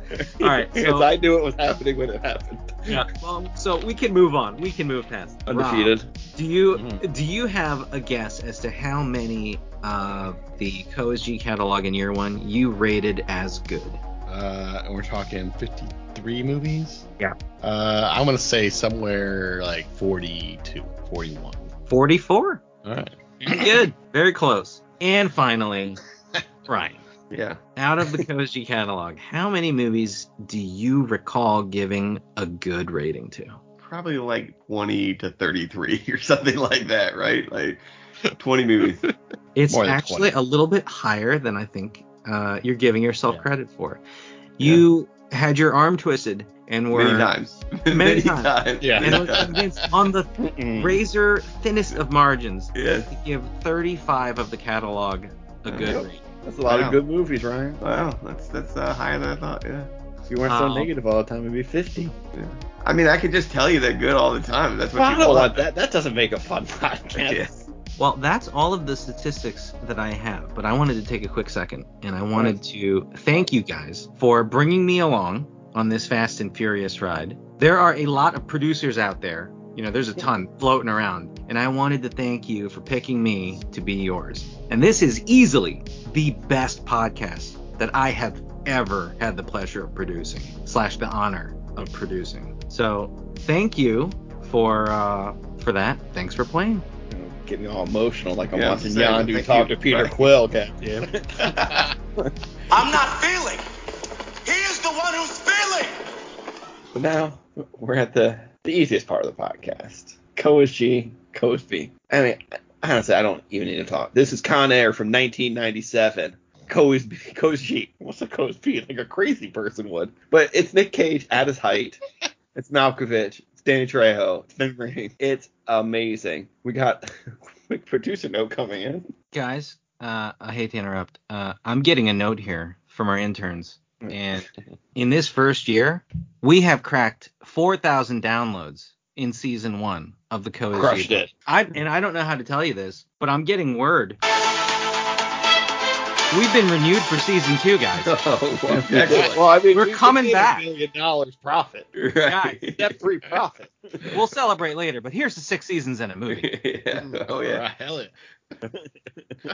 All right, Because so I knew it was happening when it happened. yeah, well, so we can move on. We can move past. Rob, Undefeated. do you Mhm. do you have a guess as to how many of the Co's G catalog in year one you rated as good? Uh, and we're talking 53 movies. Yeah. Uh, I'm gonna say somewhere like 42, 41. Forty-four. All right. Good. Very close. And finally, Ryan. Yeah. Out of the Co's G catalog, how many movies do you recall giving a good rating to? Probably like 20 to 33 or something like that, right? Like 20 movies. It's More than actually 20. a little bit higher than I think uh, you're giving yourself Yeah. credit for. You had your arm twisted and were Many times. Many times. Yeah. and was convinced on the Hmm. razor thinnest of margins Yes. to give 35 of the catalog a good Yep. rating. That's a lot Wow. of good movies, Ryan. Wow, that's that's uh, higher than I thought. Yeah. If you weren't so Wow. negative all the time, it'd be 50. I mean, I could just tell you that good all the time. That's what I you don't want. want that. That doesn't make a fun podcast. Yeah. Well, that's all of the statistics that I have, but I wanted to take a quick second and I wanted to thank you guys for bringing me along on this fast and furious ride. There are a lot of producers out there. You know, there's a ton floating around, and I wanted to thank you for picking me to be yours. And this is easily the best podcast that I have ever had the pleasure of producing, slash the honor of producing. So thank you for uh, for that. Thanks for playing. You know, getting all emotional like I'm Yeah, watching same. Yondu Thank talk you. to Peter Right. Quill, goddamn it. I'm not feeling. He is the one who's feeling. But now we're at the the easiest part of the podcast. Co is G, co is B. I mean, honestly, I don't even need to talk. This is Con Air from 1997. Co is B, co is G. What's a co is B? Like a crazy person would. But it's Nick Cage at his height. It's Malkovich. It's Danny Trejo. It's Ben Ring. It's amazing. We got quick producer note coming in. guys uh, i hate to interrupt uh, i'm getting a note here from our interns Mm. and in this first year we have cracked 4000 downloads in season one of the code Crushed it. I, and i don't know how to tell you this but i'm getting word we've been renewed for season two guys Oh, wow. excellent. I mean, We're we- we coming made a back. Million dollars profit. Right. Step three profit. we'll celebrate later but here's the six seasons in a movie yeah. Oh All yeah. right, hell yeah.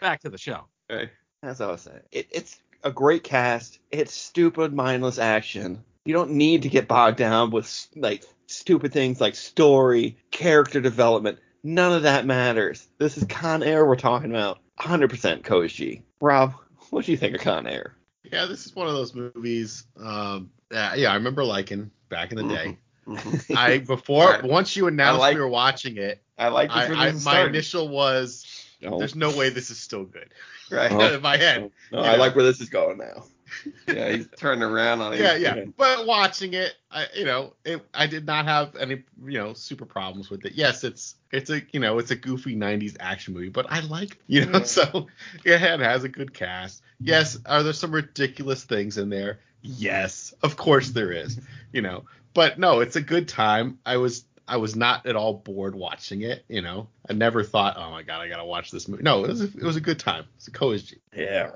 back to the show Right. That's all I was saying. It, it's a great cast. It's stupid, mindless action. You don't need to get bogged down with like stupid things like story, character development. None of that matters. This is Con Air we're talking about. 100% Koji. Rob, what do you think of Con Air? Yeah, this is one of those movies. Um, that, yeah, I remember liking back in the day. I before Mm-hmm. I- once you announced like- we were watching it, I like this I, when I- this my is starting. initial was No. there's no way this is still good right. Oh. in my head. No, I like where this is going now. Oh. Yeah, he's turning around on it. Yeah, yeah. But watching it, I you know, it, I did not have any you know super problems with it. Yes, it's it's a you know it's a goofy '90s action movie, but I like you know so yeah, it has a good cast. Yes, are there some ridiculous things in there? Yes, of course there is. You know, but no, it's a good time. I was I was not at all bored watching it. You know, I never thought, oh my god, I gotta watch this movie. No, it was a, it was a good time. It's a Koichi. Yeah.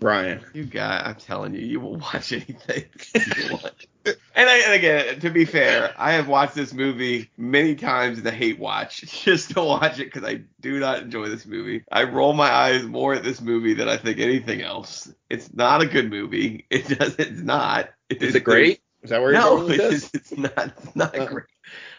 Brian. You guy, I'm telling you, you will watch anything. you want. and, I, and again, to be fair, I have watched this movie many times in the hate watch just to watch it because I do not enjoy this movie. I roll my eyes more at this movie than I think anything else. It's not a good movie. It does. It's not. Is it great? Is that where you're no, going with it's, this? just- it's not. It's not Uh. great.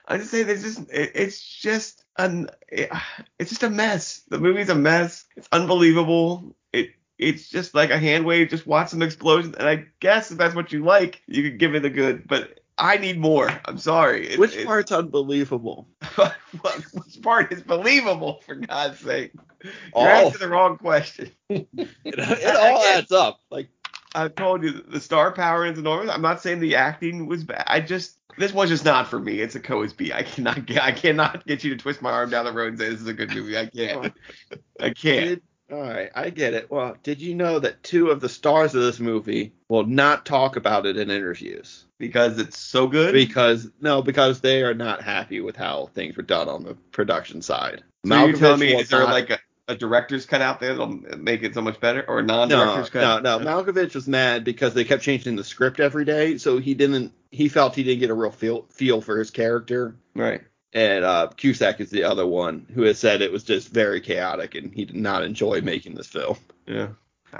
I'm just saying, it's just it, it's just an it- it's just a mess. The movie's a mess. It's unbelievable. It it's just like a hand wave. Just watch some explosions, and I guess if that's what you like, you could give it a good. But I need more. I'm sorry. It- Which it- part's unbelievable? what- which part is believable? For God's sake, you're All. asking the wrong question. It, it all adds up. Like, I told you the star power is enormous. I'm not saying the acting was bad. I just this was just not for me. It's a Coes B. I cannot get I cannot get you to twist my arm down the road and say this is a good movie. I can't. I can't. Did, all right, I get it. Well, did you know that two of the stars of this movie will not talk about it in interviews Because it's so good. because no, because they are not happy with how things were done on the production side. so you Malkovich telling me will is there not- like a, a director's cut out there that'll make it so much better? Or a non no, director's no, cut? no. Malkovich was mad because they kept changing the script every day, so he didn't. He felt he didn't get a real feel feel for his character. Right. And uh, Cusack is the other one who has said it was just very chaotic, and he did not enjoy making this film. Yeah.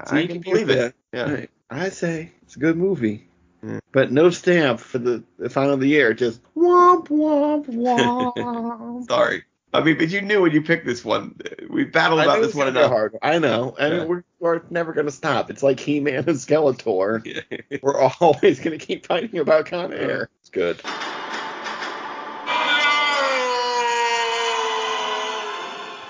So I you can can believe do it. that. Yeah. Right. I say it's a good movie. Yeah. But no stamp for the, the final of the year. Just womp womp womp. Sorry. I mean, but you knew when you picked this one. We battled I about knew this it was one gonna be a enough. hard one. I know. I Yeah. mean, we're, we're never gonna stop. It's like He Man and Skeletor. Yeah. We're always gonna keep fighting about Con Air. It's good.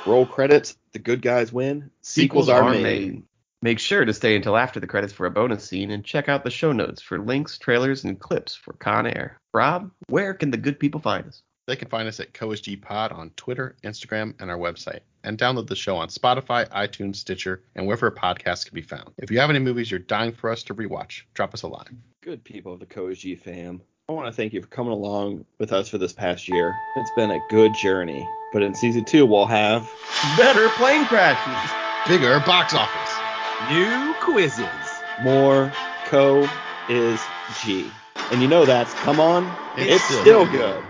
Roll credits. The good guys win. Sequels, are, made. Make sure to stay until after the credits for a bonus scene and check out the show notes for links, trailers, and clips for Con Air. Rob, where can the good people find us? They can find us at CoSG Pod on Twitter, Instagram, and our website, and download the show on Spotify, iTunes, Stitcher, and wherever podcasts can be found. If you have any movies you're dying for us to rewatch, drop us a line. good people of the Koji fam. I want to thank you for coming along with us for this past year. It's been a good journey. But in season two, we'll have Better plane crashes. Bigger box office. New quizzes. more Co is G. And you know that's come on, It's it's, still still good.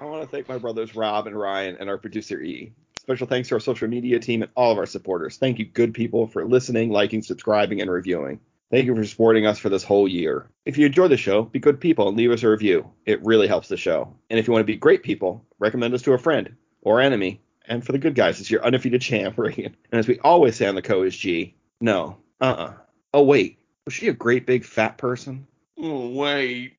I want to thank my brothers Rob and Ryan and our producer E. Special thanks to our social media team and all of our supporters. Thank you, good people, for listening, liking, subscribing, and reviewing. Thank you for supporting us for this whole year. If you enjoy the show, be good people and leave us a review. It really helps the show. And if you want to be great people, recommend us to a friend or enemy. And for the good guys, it's your undefeated champ, Reagan. And as we always say on the co is G, no. Uh uh Oh, wait. Was she a great big fat person? Wait.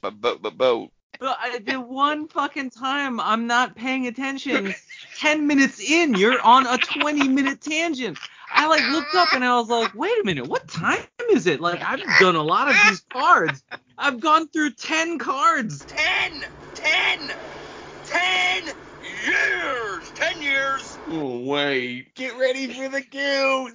But, but, but, but. But I, the one fucking time I'm not paying attention, ten minutes in, you're on a twenty minute tangent. I like looked up and I was like, wait a minute, what time is it? Like I've done a lot of these cards. I've gone through ten cards. Ten! Ten! Ten years! Ten years! Wait. Get ready for the goose.